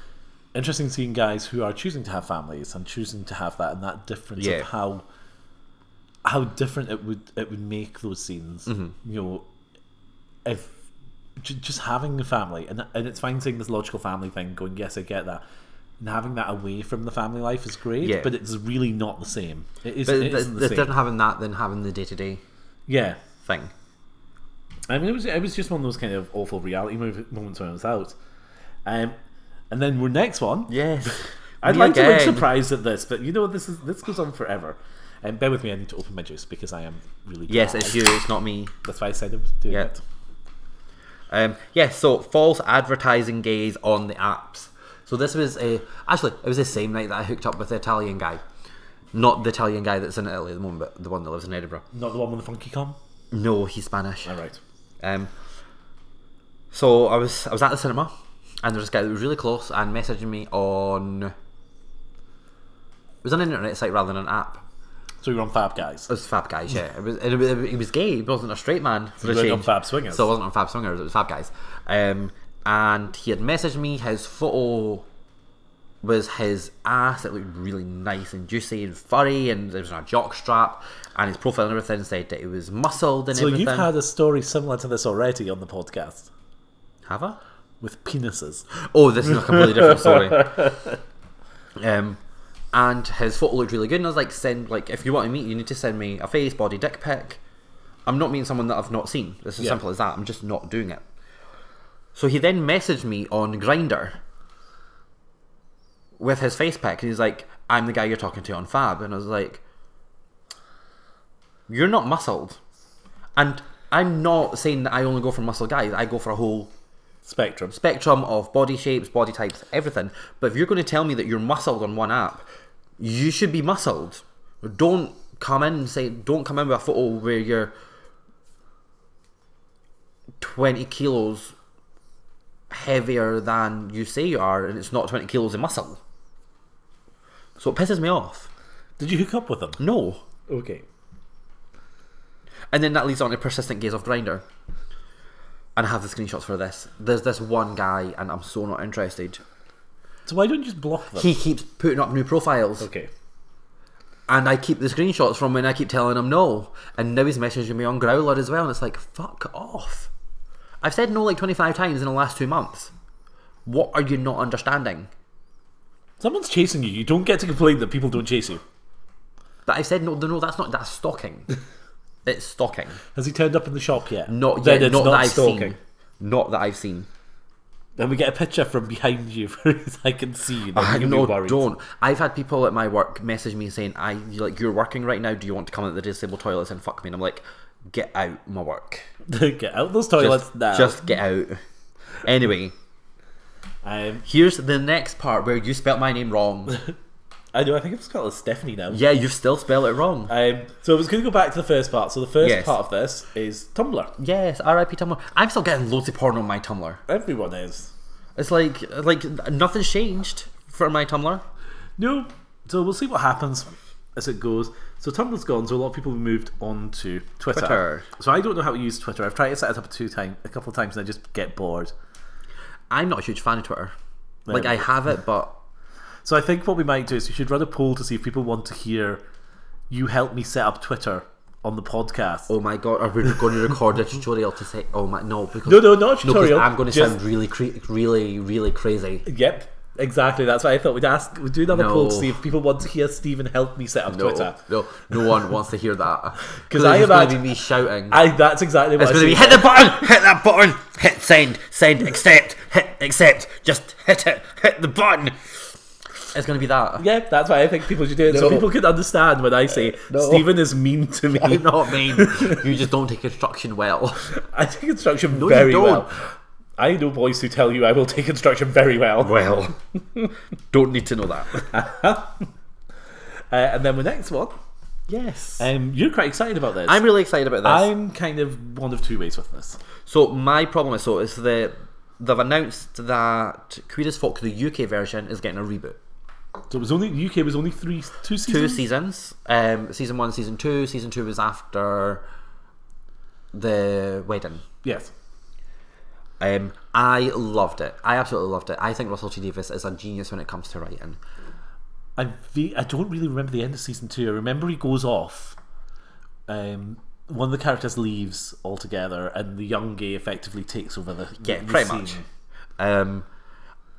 interesting seeing guys who are choosing to have families and choosing to have that and that difference Yeah. of how how different it would it would make those scenes. You know, if j- just having a family and and it's fine saying this logical family thing, going yes, I get that, and having that away from the family life is great, Yeah. but it's really not the same. It is. But it isn't the it's same. different having that than having the day to day Yeah, thing. I mean, it was it was just one of those kind of awful reality mov- moments when I was out, um, and then our next one. Yes. I'd Me like to look again. surprised at this, but you know this is this goes on forever. And bear with me, I need to open my juice because I am really Yes, dry. it's you, it's not me. That's why I said I was doing Yeah. it. Um, yeah, so false advertising gaze on the apps. So this was a actually it was the same night that I hooked up with the Italian guy, not the Italian guy that's in Italy at the moment, but the one that lives in Edinburgh. Not the one with the funky com. No, he's Spanish. All right. Um, so I was I was at the cinema, and there was this guy that was really close and messaging me on. It was on an internet site rather than an app. So we were on Fab Guys. It was Fab Guys, yeah. It was, and it was, he was gay. He wasn't a straight man. For a weren't change. on Fab Swingers. So it wasn't on Fab Swingers. It was Fab Guys. Um, and he had messaged me. His photo was his ass. It looked really nice and juicy and furry, and there was a jock strap. And his profile and everything said that he was muscled and So everything. you've had a story similar to this already on the podcast Have I? with penises. Oh, this is a completely different story. Um, and his photo looked really good, and I was like, send like if you want to meet, you need to send me a face, body, dick pic. I'm not meeting someone that I've not seen. It's as Yeah. simple as that. I'm just not doing it. So he then messaged me on Grinder with his face pic, and he's like, "I'm the guy you're talking to on Fab," and I was like, "You're not muscled," and I'm not saying that I only go for muscle guys. I go for a whole Spectrum. spectrum of body shapes, body types, everything. But if you're going to tell me that you're muscled on one app, you should be muscled. Don't come in and say, don't come in with a photo where you're 20 kilos heavier than you say you are and it's not 20 kilos of muscle. So it pisses me off. Did you hook up with them? No. Okay. And then that leads on to persistent gaze of grinder. And I have the screenshots for this. There's this one guy, and I'm so not interested. So why don't you just block them? he keeps putting up new profiles okay. and I keep the screenshots from when I keep telling him no and now he's messaging me on Growler as well and it's like fuck off I've said no like 25 times in the last two months What are you not understanding? Someone's chasing you. You don't get to complain that people don't chase you. But I said no, no, no. That's not that's stalking. it's stalking. Has he turned up in the shop yet? Not Then yet. Not, it's that I've stalking. seen. Not that I've seen. Then we get a picture from behind you where he's- I can see you. Then you can be no, worried. don't. I've had people at my work message me saying, "I like you're working right now. Do you want to come at the disabled toilets and fuck me?" And I'm like, "Get out my work. get out those toilets Just, now. just get out." Anyway, Um, here's the next part where you spelt my name wrong. I do. I think it's called Stephanie now. yeah, you've still spelled it wrong. Um, so I was going to go back to the first part. So the first Yes. part of this is Tumblr. Yes, R.I.P. Tumblr. I'm still getting loads of porn on my Tumblr. Everyone is. It's like like nothing's changed for my Tumblr. No. So we'll see what happens as it goes. So Tumblr's gone, so a lot of people have moved on to Twitter. Twitter. So I don't know how to use Twitter. I've tried to set it up two time, a couple of times and I just get bored. I'm not a huge fan of Twitter. Like I have it, but So I think what we might do is we should run a poll to see if people want to hear you help me set up Twitter on the podcast. oh my god, are we going to record a tutorial to say? Oh my no, because No, no, not a No, 'cause tutorial. I'm going to just- sound really, cre- really, really crazy. Yep, exactly. That's what I thought we'd ask. We'd do another No. poll to see if people want to hear Stephen help me set up Twitter. no, no one wants to hear that. 'Cause Because I it's going to imagine- be me shouting. I, that's exactly what it's I going to be said. hit the button, hit that button, hit send, send, accept, hit accept, just hit it, hit the button. It's going to be that. Yeah, that's why I think people should do it. So No. people can understand when I say Stephen is mean to me. You know what I mean? You just don't take instruction well. I take instruction you very don't. well. I know boys who tell you I will take instruction very well. Well, don't need to know that. Uh, and then the next one, Yes. um, you're quite excited about this. I'm really excited about this. I'm kind of one of two ways with this. So my problem is so is that they've announced that Queer as Folk, the UK version, is getting a reboot. So it was only the UK was only three two seasons. Two seasons. Um, season one, season two. Season two was after the wedding. Yes. Um, I loved it. I absolutely loved it. I think Russell T Davis is a genius when it comes to writing. I ve- I don't really remember the end of season two. I remember he goes off. Um, one of the characters leaves altogether, and the young gay effectively takes over the Yeah, the pretty scene. much. Um,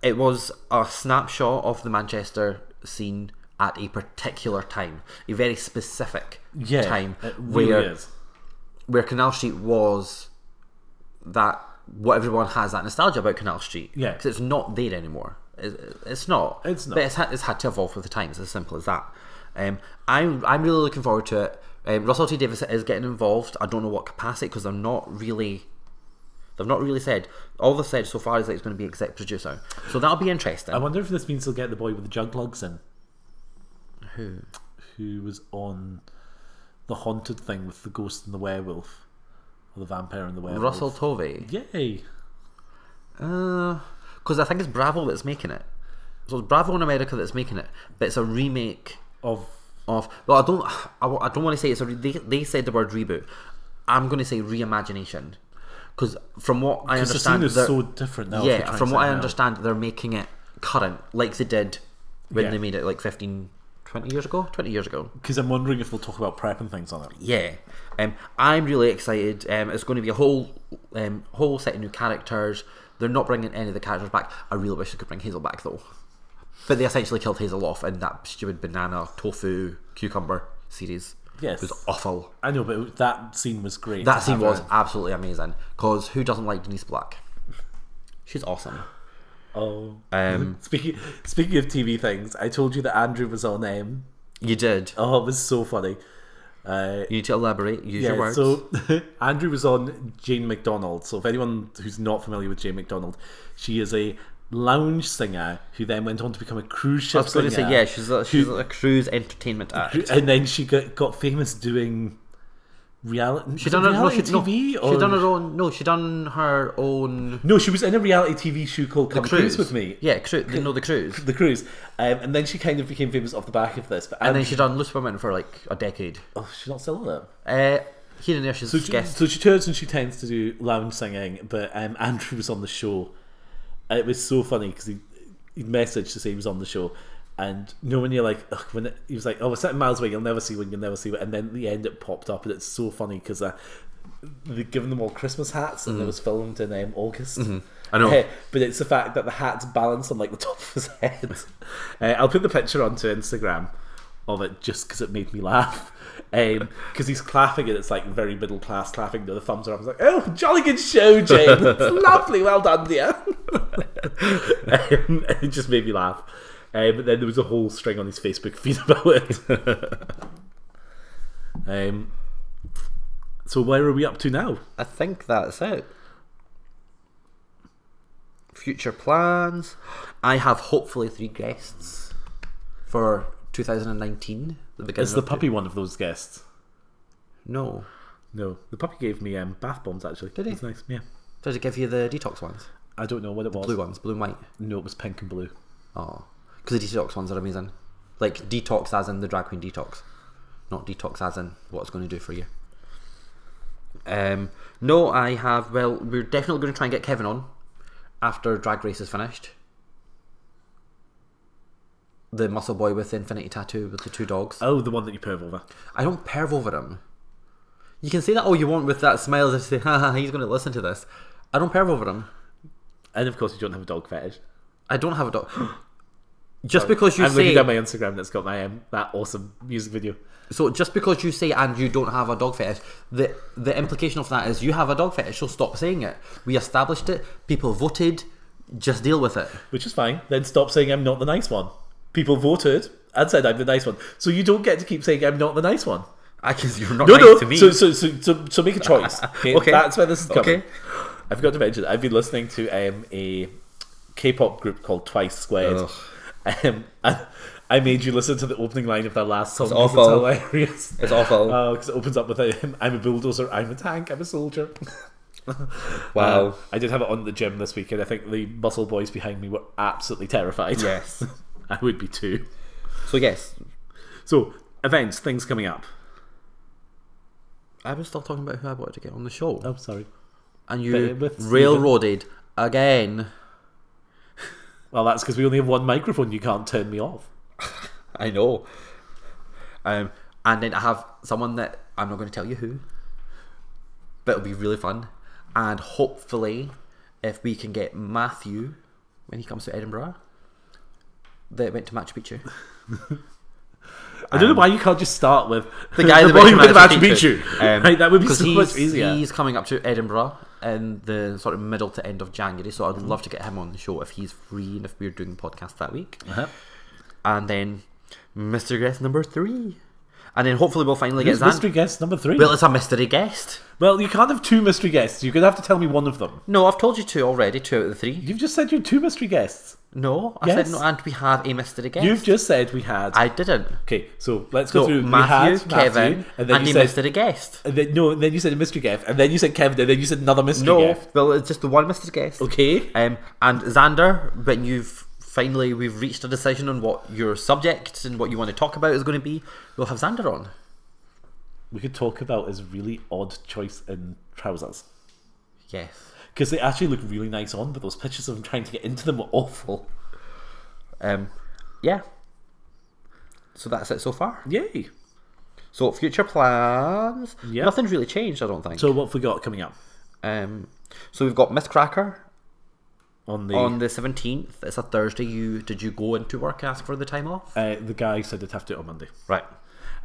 it was a snapshot of the Manchester scene at a particular time, a very specific Yeah, time it really where is. where Canal Street was that what everyone has that nostalgia about Canal Street. Yeah. because it's not there anymore. It's, it's not. It's not. But it's had, it's had to evolve with the times. As simple as that. Um, I'm I'm really looking forward to it. Um, Russell T Davis is getting involved. I don't know what capacity because they're not really. They've not really said. All they've said so far is that it's going to be exec producer. So that'll be interesting. I wonder if this means they'll get the boy with the jug lugs in. Who? Who was on the haunted thing with the ghost and the werewolf, or the vampire and the werewolf? Russell Tovey. Yay! Because I think it's Bravo that's making it. So it's Bravo in America that's making it. But it's a remake Of of well i don't i, wa- I don't want to say it's a re- they, they said the word reboot i'm going to say reimagination because from what i because the scene understand is they're- so different now. if they're yeah trying from what i something else. understand they're making it current like they did when Yeah. they made it like 15 20 years ago 20 years ago because I'm wondering if they'll talk about prep and things on it. yeah um, i'm really excited um, it's going to be a whole um, whole set of new characters they're not bringing any of the characters back i really wish they could bring hazel back though but they essentially killed hazel off in that stupid banana tofu cucumber series Yes. it was awful I know, but it- that scene was great. That to scene have was in. absolutely amazing. Cause who doesn't like Denise Black? She's awesome. Oh, Um, speaking speaking of TV things, I told you that Andrew was on um you did. Oh, it was so funny. Uh, You need to elaborate. Use your yeah, words. so Andrew was on Jane McDonald. So if anyone who's not familiar with Jane McDonald, she is a lounge singer who then went on to become a cruise I ship was singer. going to say yeah. She's a, she's a cruise entertainment act. and then she got, got famous doing reality. She done her no, reality she, no, TV. she or... done her own. No, she done her own No, she was in a reality TV show called Come cruise Cruise with Me. Yeah, cruise. No, the cruise. The cruise, um, and then she kind of became famous off the back of this. But And Andrew, then she done Loose Women for like a decade. oh, she's not still on it. Uh, here and there, she's So a she, guest. so she turns and she tends to do lounge singing, but um, Andrew was on the show. And It was so funny because he he messaged to say he was on the show, and no when you're like ugh, when it, he was like oh we're sitting miles away you'll never see when you'll never see when and then at the end it popped up and it's Mm-hmm. so funny because uh, they've given them all Christmas hats and it was filmed in um, August I know. Eh, but it's the fact that the hat's balanced on like the top of his head. Uh, I'll put the picture onto Instagram of it just because it made me laugh. Because he's clapping and it's like very middle class clapping. The thumbs are up. It's like, oh, jolly good show, James. Lovely, well done, dear. um, it just made me laugh. Uh, but then there was a whole string on his Facebook feed about it. um, so where are we up to now? I think that's it. Future plans. I have hopefully three guests for 2019. The beginning Is the of- puppy one of those guests? No. No, the puppy gave me um, bath bombs actually. Did he? It's nice. Yeah, Does it give you the detox ones? I don't know what it was. Blue ones, blue and white. No, it was pink and blue. Oh, because the detox ones are amazing. Like detox, as in the drag queen detox, not detox as in what it's going to do for you. Um, no, I have. Well, we're definitely going to try and get Kevin on after Drag Race is finished. The muscle boy with the infinity tattoo with the two dogs. Oh, the one that you perv over. I don't perv over him. You can say that all you want with that smile as if you say, "Ha ha, he's going to listen to this." I don't perv over him. And of course, you don't have a dog fetish. I don't have a dog. Just because you I'm say looking at my Instagram that's got my um, that awesome music video. So just because you say and you don't have a dog fetish, the the implication of that is you have a dog fetish. So stop saying it. We established it. People voted. Just deal with it. which is fine. Then stop saying I'm not the nice one. People voted and said I'm the nice one, so you don't get to keep saying I'm not the nice one. I can. You're not No, nice no. to me. So, so, so, so, so make a choice. Okay? Okay. that's where this is coming. Okay. I forgot to mention. I've been listening to um, a K-pop group called Twice Squared. Ugh. Um, and I made you listen to the opening line of their last song. 'cause awful. It's hilarious. It's awful. Oh, because it opens up with um, "I'm a bulldozer, I'm a tank, I'm a soldier." wow. Uh, I did have it on at the gym this weekend. I think the muscle boys behind me were absolutely terrified. Yes. I would be too. so yes, So, events, things coming up. I was still talking about who I wanted to get on the show, Oh, sorry. and but you with Stephen- railroaded again. Well, that's because we only have one microphone. You can't turn me off. I know. Um, and then I have someone that I'm not going to tell you who, but it'll be really fun. And hopefully, if we can get Matthew when he comes to Edinburgh, that went to Machu Picchu. I don't know why you can't just start with The guy that boy went to with Machu Um, the Machu Picchu. Um, right, that would be 'cause so he's- much easier. He's coming up to Edinburgh in the sort of middle to end of January, so I'd love to get him on the show if he's free and if we're doing the podcast that week. Uh-huh. And then Mr. Guest number three. And then hopefully we'll finally Who's get Zan- mystery guest number three. Well, Well, it's a mystery guest. you can't have two mystery guests. You're going to have to tell me one of them. No, I've told you two already, two out of the three. You've just said you had two mystery guests. No, I Yes. said no, and we have a mystery guest. You've just said we had. I didn't. Okay, so let's go No, through. we Matthew, had Kevin, Matthew, and, and then a you said. mystery guest. and then, no, and then you said a mystery guest, and then you said Kevin, and then you said another mystery No, guest. well, it's just the one mystery guest. Okay. Um, and Xander, when you've finally we've reached a decision on what your subject and what you want to talk about is going to be, we'll have Xander on. We could talk about his really odd choice in trousers. Yes. because they actually look really nice on, but those pictures of them trying to get into them were awful. Um, yeah. So that's it so far. Yay! So future plans. Yeah. Nothing's really changed, I don't think. So what have we got coming up um, so we've got Miss Cracker on the? on the 17th it's a thursday you did you go into work and ask for the time off uh, the guy said I'd have to do it on Monday. right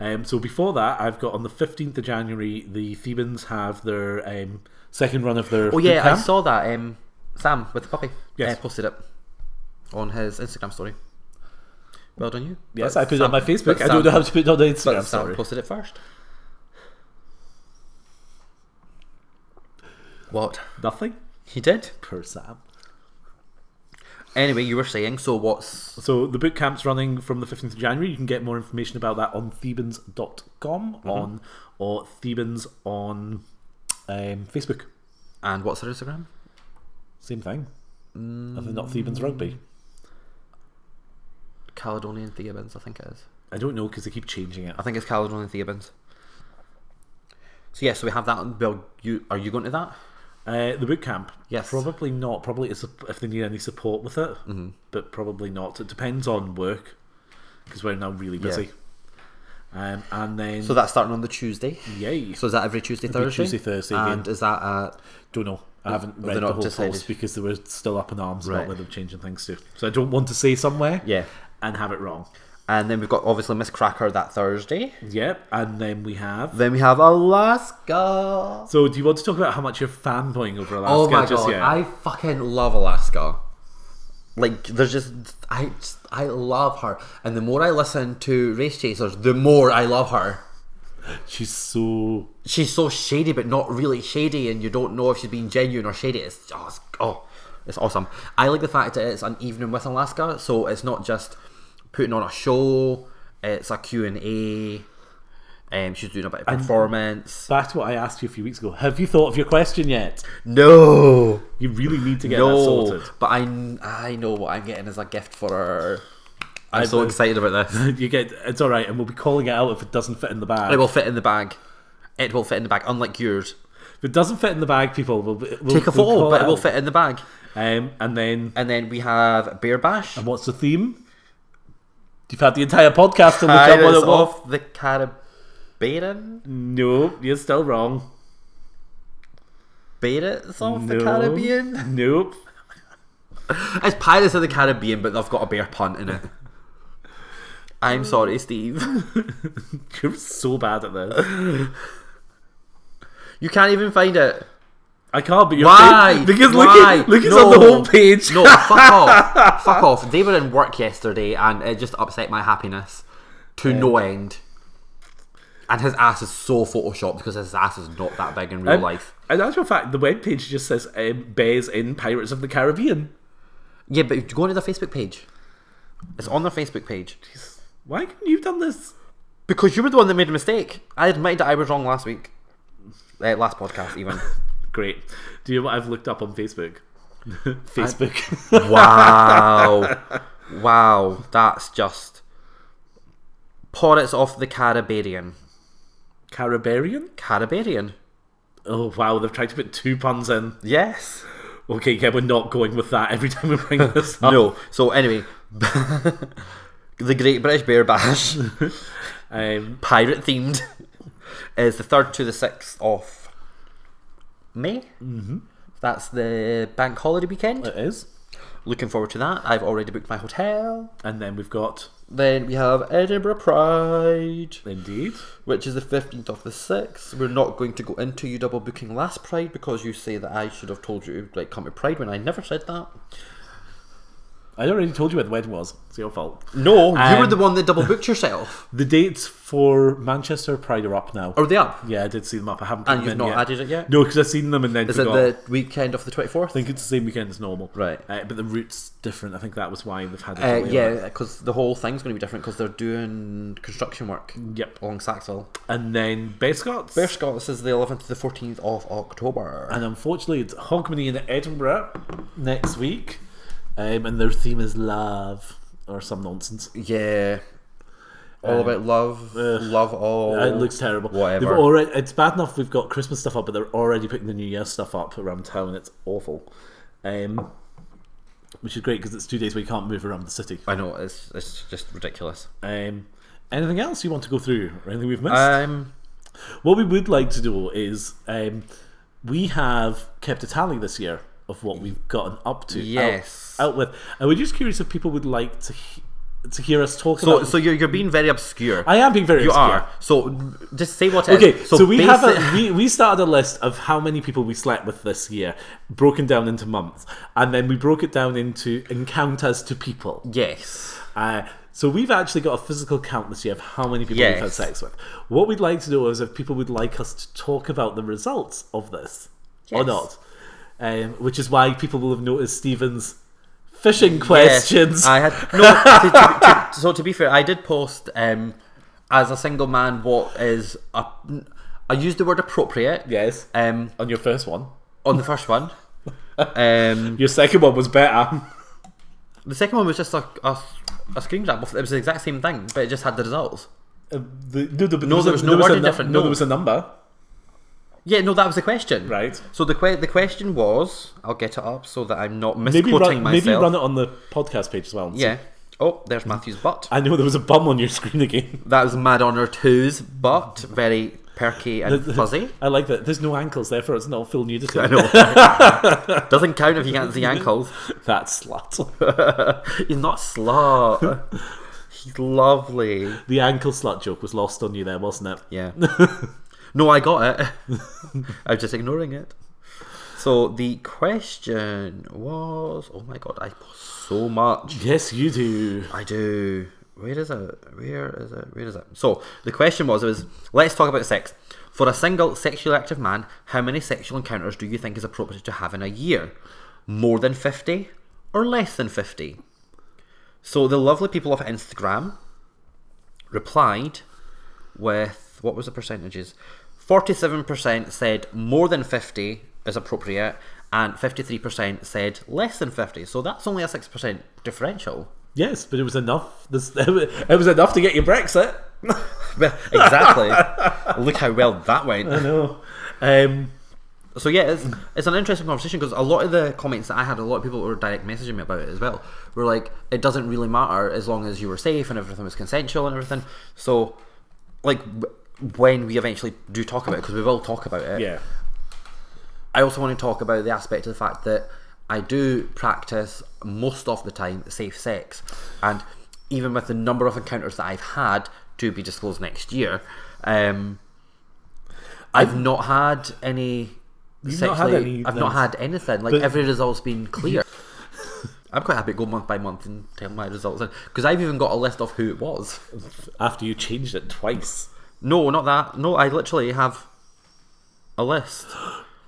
Um, so before that, I've got on the fifteenth of January, the Thebans have their um, second run of their. oh yeah i camp. saw that um sam with the puppy Yes. uh, posted it on his instagram story well done you Yes, But I put it Sam- on my Facebook. but I don't Sam- know how to put it on the Instagram. but sam sorry. posted it first what Nothing he did per Sam. anyway you were saying so what's So the boot camp's running from the 15th of January. You can get more information about that on Thebans.com Mm-hmm. on or Thebans on um, Facebook. and what's her instagram Same thing. Are they not Thebans Mm. rugby? caledonian theobins i think it is I don't know because they keep changing it. I think it's Caledon and Theobins. So yeah, so we have that. Bill, you are you going to that? Uh, the boot camp. Yes. Probably not. Probably it's a- if they need any support with it, but probably not. It depends on work because we're now really busy. Um, and then So that's starting on the Tuesday. yay, So is that every Tuesday, Thursday? Tuesday, Thursday and is that at don't know. I haven't they read the not whole decided? post because they were still up in arms Right. about whether they're changing things to. So I don't want to say somewhere Yeah. and have it wrong. And then we've got obviously Miss Cracker that Thursday. Yep, and then we have. Then we have Alaska. So do you want to talk about how much you're fanboying over Alaska? Oh my just god, yet? I fucking love Alaska. Like there's just I just, I love her, and the more I listen to Race Chasers, the more I love her. She's so She's so shady, but not really shady, and you don't know if she's being genuine or shady. It's just oh, it's awesome. I like the fact that it's an evening with Alaska, so it's not just putting on a show. It's a Q and A. Um, she's doing a bit of performance. Back to what I asked you a few weeks ago. Have you thought of your question yet? No. You really need to get that No, sorted. but I kn- I know what I'm getting as a gift for her. I'm I so will- excited about this. You get it's all right, and we'll be calling it out if it doesn't fit in the bag. It will fit in the bag. It will fit in the bag, unlike yours. If it doesn't fit in the bag, people will we'll, Take a we'll photo, call but it will out. fit in the bag. Um, and then And then we have Bear Bash. what's the theme? You've had the entire podcast to look up what Pirates it was. of the Caribbean? No, you're still wrong. Pirates of No. the Caribbean? Nope. It's Pirates of the Caribbean, but they've got a bear pun in it. I'm sorry, Steve. You're so bad at this. You can't even find it. I can't be your Why? face- Because Why? look, at, look, it's on the No. whole page. No, fuck off. fuck off. They were in work yesterday and it just upset my happiness to no end. And his ass is so photoshopped because his ass is not that big in real life. Um, In actual fact, the web page just says um, "Bears in Pirates of the Caribbean." Yeah, but go onto their Facebook page. It's on their Facebook page. Why couldn't you have done this? Because you were the one that made a mistake. I admitted that I was wrong last week. Eh, last podcast, even. Great. Do you know what I've looked up on Facebook? Facebook. wow. Wow. That's just. Pirates of the Caribbean. Caribbean? Caribbean. Oh wow, they've tried to put two puns in. Yes. Okay, yeah, we're not going with that every time we bring this up. No. So anyway, the Great British Bear Bash, Um, pirate themed, is the third to the sixth of May. Mm-hmm. Uh. That's the bank holiday weekend. it is. Looking forward to that. I've already booked my hotel. And then we've got Then we have Edinburgh Pride, indeed. which is the fifteenth of the sixth. We're not going to go into you double booking last Pride because you say that I should have told you like come to Pride when I never said that. I already told you where the wedding was. It's your fault. No, you were Um, the one that double booked yourself. The dates for Manchester Pride are up now. Are they up? Yeah, I did see them up. I haven't. put Oh. And them you've in not yet. added it yet? No, because I've seen them and then Is it forgot. the weekend of the 24th? I think it's the same weekend as normal. Right. Uh, but the route's different. I think that was why they've had it. uh, delayed. yeah, because the whole thing's going to be different because they're doing construction work Yep. along Saxville. And then Bescott's. Bear Scots is the 11th to the 14th of October. And unfortunately, it's Hogmanay in Edinburgh next week, um, and their theme is love or some nonsense. yeah. All about love, love all. Uh, It looks terrible. Whatever. They've already, it's bad enough we've got Christmas stuff up, but they're already putting the New Year stuff up around town. It's awful, um, which is great because it's two days we can't move around the city. I know, it's, it's just ridiculous. Um, anything else you want to go through or anything we've missed? Um, What we would like to do is um, we have kept a tally this year of what we've gotten up to. out- Yes. Out, with. And we're just curious if people would like to he- to hear us talk so about. so you're, you're being very obscure. I am being very you obscure. are. So just say what it is. Okay, so, we have basic- a, we, we started a list of how many people we slept with this year, broken down into months, and then we broke it down into encounters to people. Yes. Uh, so we've actually got a physical count this year of how many people Yes. we've had sex with. What we'd like to do is if people would like us to talk about the results of this or Yes. not, um, which is why people will have noticed Stephen's fishing questions. Yeah, I had no. to, to- to- so to be fair, I did post um, as a single man what is a, I used the word appropriate. yes, Um, on your first one, on the first one. Um, your second one was better. the second one was just a, a, a screen grab. of- It was the exact same thing, but it just had the results. Uh, the, no, the, No, there was no a wording nu- different, No, no. there was a number. Yeah, no, that was the question. Right. So the que- the question was, I'll get it up so that I'm not Maybe misquoting run, myself. maybe run it on the podcast page as well. yeah. Oh, there's Matthew's butt. I know there was a bum on your screen again. That was Mad Honor 2's butt. Very perky and fuzzy. I like that. There's no ankles, therefore it's not full nudity. I know. Doesn't count if you can't see ankles. That slut. He's not slut. He's lovely. The ankle slut joke was lost on you there, wasn't it? Yeah. no, I got it. I was just ignoring it. So the question was oh my god, I post so much. Yes, you do. I do. Where is it? Where is it? Where is it? So the question was: it was let's talk about sex. For a single sexually active man, how many sexual encounters do you think is appropriate to have in a year? More than fifty, or less than fifty? So the lovely people of Instagram replied with what was the percentages? Forty-seven percent said more than fifty is appropriate, and fifty-three percent said less than fifty. So that's only a six percent differential. Yes, but it was enough. This, it was enough to get you Brexit. Well, exactly. Look how well that went. No. Um, So yeah, it's, it's an interesting conversation because a lot of the comments that I had, a lot of people were direct messaging me about it as well. Were like, it doesn't really matter as long as you were safe and everything was consensual and everything. So, like, w- when we eventually do talk about it, because we will talk about it, yeah. I also want to talk about the aspect of the fact that I do practice most of the time safe sex, and even with the number of encounters that I've had to be disclosed next year, um, I've not had any. not had sexually- any I've things. not had anything. Like every result's been clear. I'm quite happy to go month by month and tell my results because I've even got a list of who it was. After you changed it twice. No, not that. No, I literally have a list.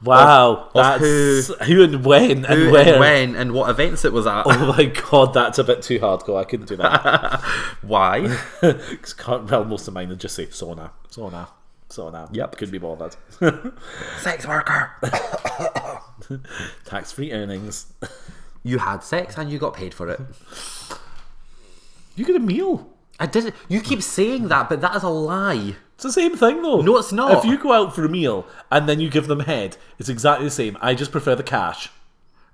Wow. of that's who- who and when and Who where. and when and what events it was at. Oh my god, that's a bit too hardcore. I couldn't do that. Why? 'Cause can't- well, most of mine would just say sauna, sauna, sauna. Yep. Couldn't be bothered. sex worker. Tax free earnings. You had sex and you got paid for it. You get a meal. I didn't. You keep saying that, but that is a lie. It's the same thing though. No, it's not. If you go out for a meal and then you give them head, it's exactly the same. I just prefer the cash.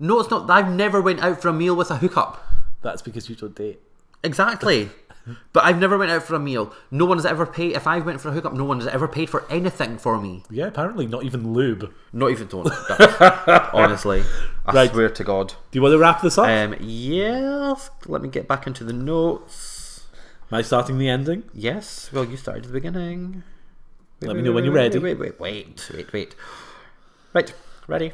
No, it's not. I've never went out for a meal with a hookup. That's because you don't date. Exactly. but I've never went out for a meal. No one has ever paid. If I went for a hookup, no one has ever paid for anything for me. Yeah, apparently not even lube. Not even don't. That- Honestly, I Right. swear to God. Do you want to wrap this up? Um. Yes. Let me get back into the notes. Am I starting the ending? Yes. Well, you started at the beginning. Wait, Let me wait, know when wait, you're wait, ready. Wait, wait, wait, wait, wait. Right. Ready.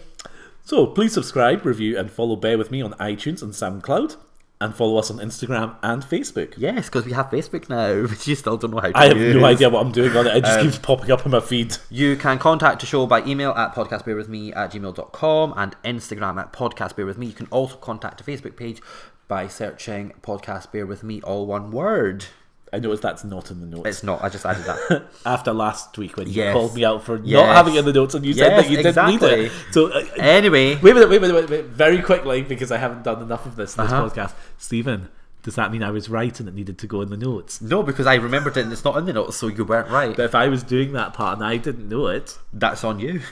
So please subscribe, review, and follow Bear with Me on iTunes and SoundCloud, and follow us on Instagram and Facebook. Yes, because we have Facebook now, but you still don't know how to I have use. no idea what I'm doing on it. It just Um, keeps popping up on my feed. You can contact the show by email at podcastbearwithme at gmail.com and Instagram at podcastbearwithme. You can also contact the Facebook page by searching podcast bear with me all one word. I noticed that's not in the notes. It's not, I just added that. After last week when you Yes. called me out for not Yes. having it in the notes and you said Yes, that you didn't need it. exactly. So, uh, uh, anyway, wait a minute, wait a minute, wait a minute. Very quickly, because I haven't done enough of this in this Uh-huh. podcast. Stephen, does that mean I was right and it needed to go in the notes? no, because I remembered it and it's not in the notes, so you weren't right. But if I was doing that part and I didn't know it, That's on you.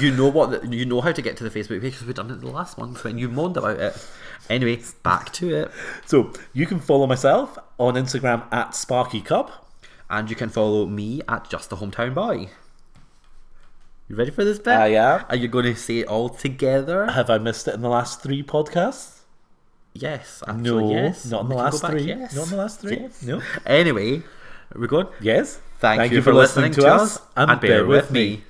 you know what? The, you know how to get to the Facebook page because we've done it in the last one when you moaned about it. Anyway, back to it. so you can follow myself on Instagram at Sparky Cup. And you can follow me at Just the Hometown Boy. You ready for this bit? I am. Are you going to say it all together? Have I missed it in the last three podcasts? Yes. No, Actually, yes. not in the We can last go back, three. Yes. Not in the last three. Yes. No. Anyway, we're good. Yes. Thank, you, for listening, to us, and bear with me.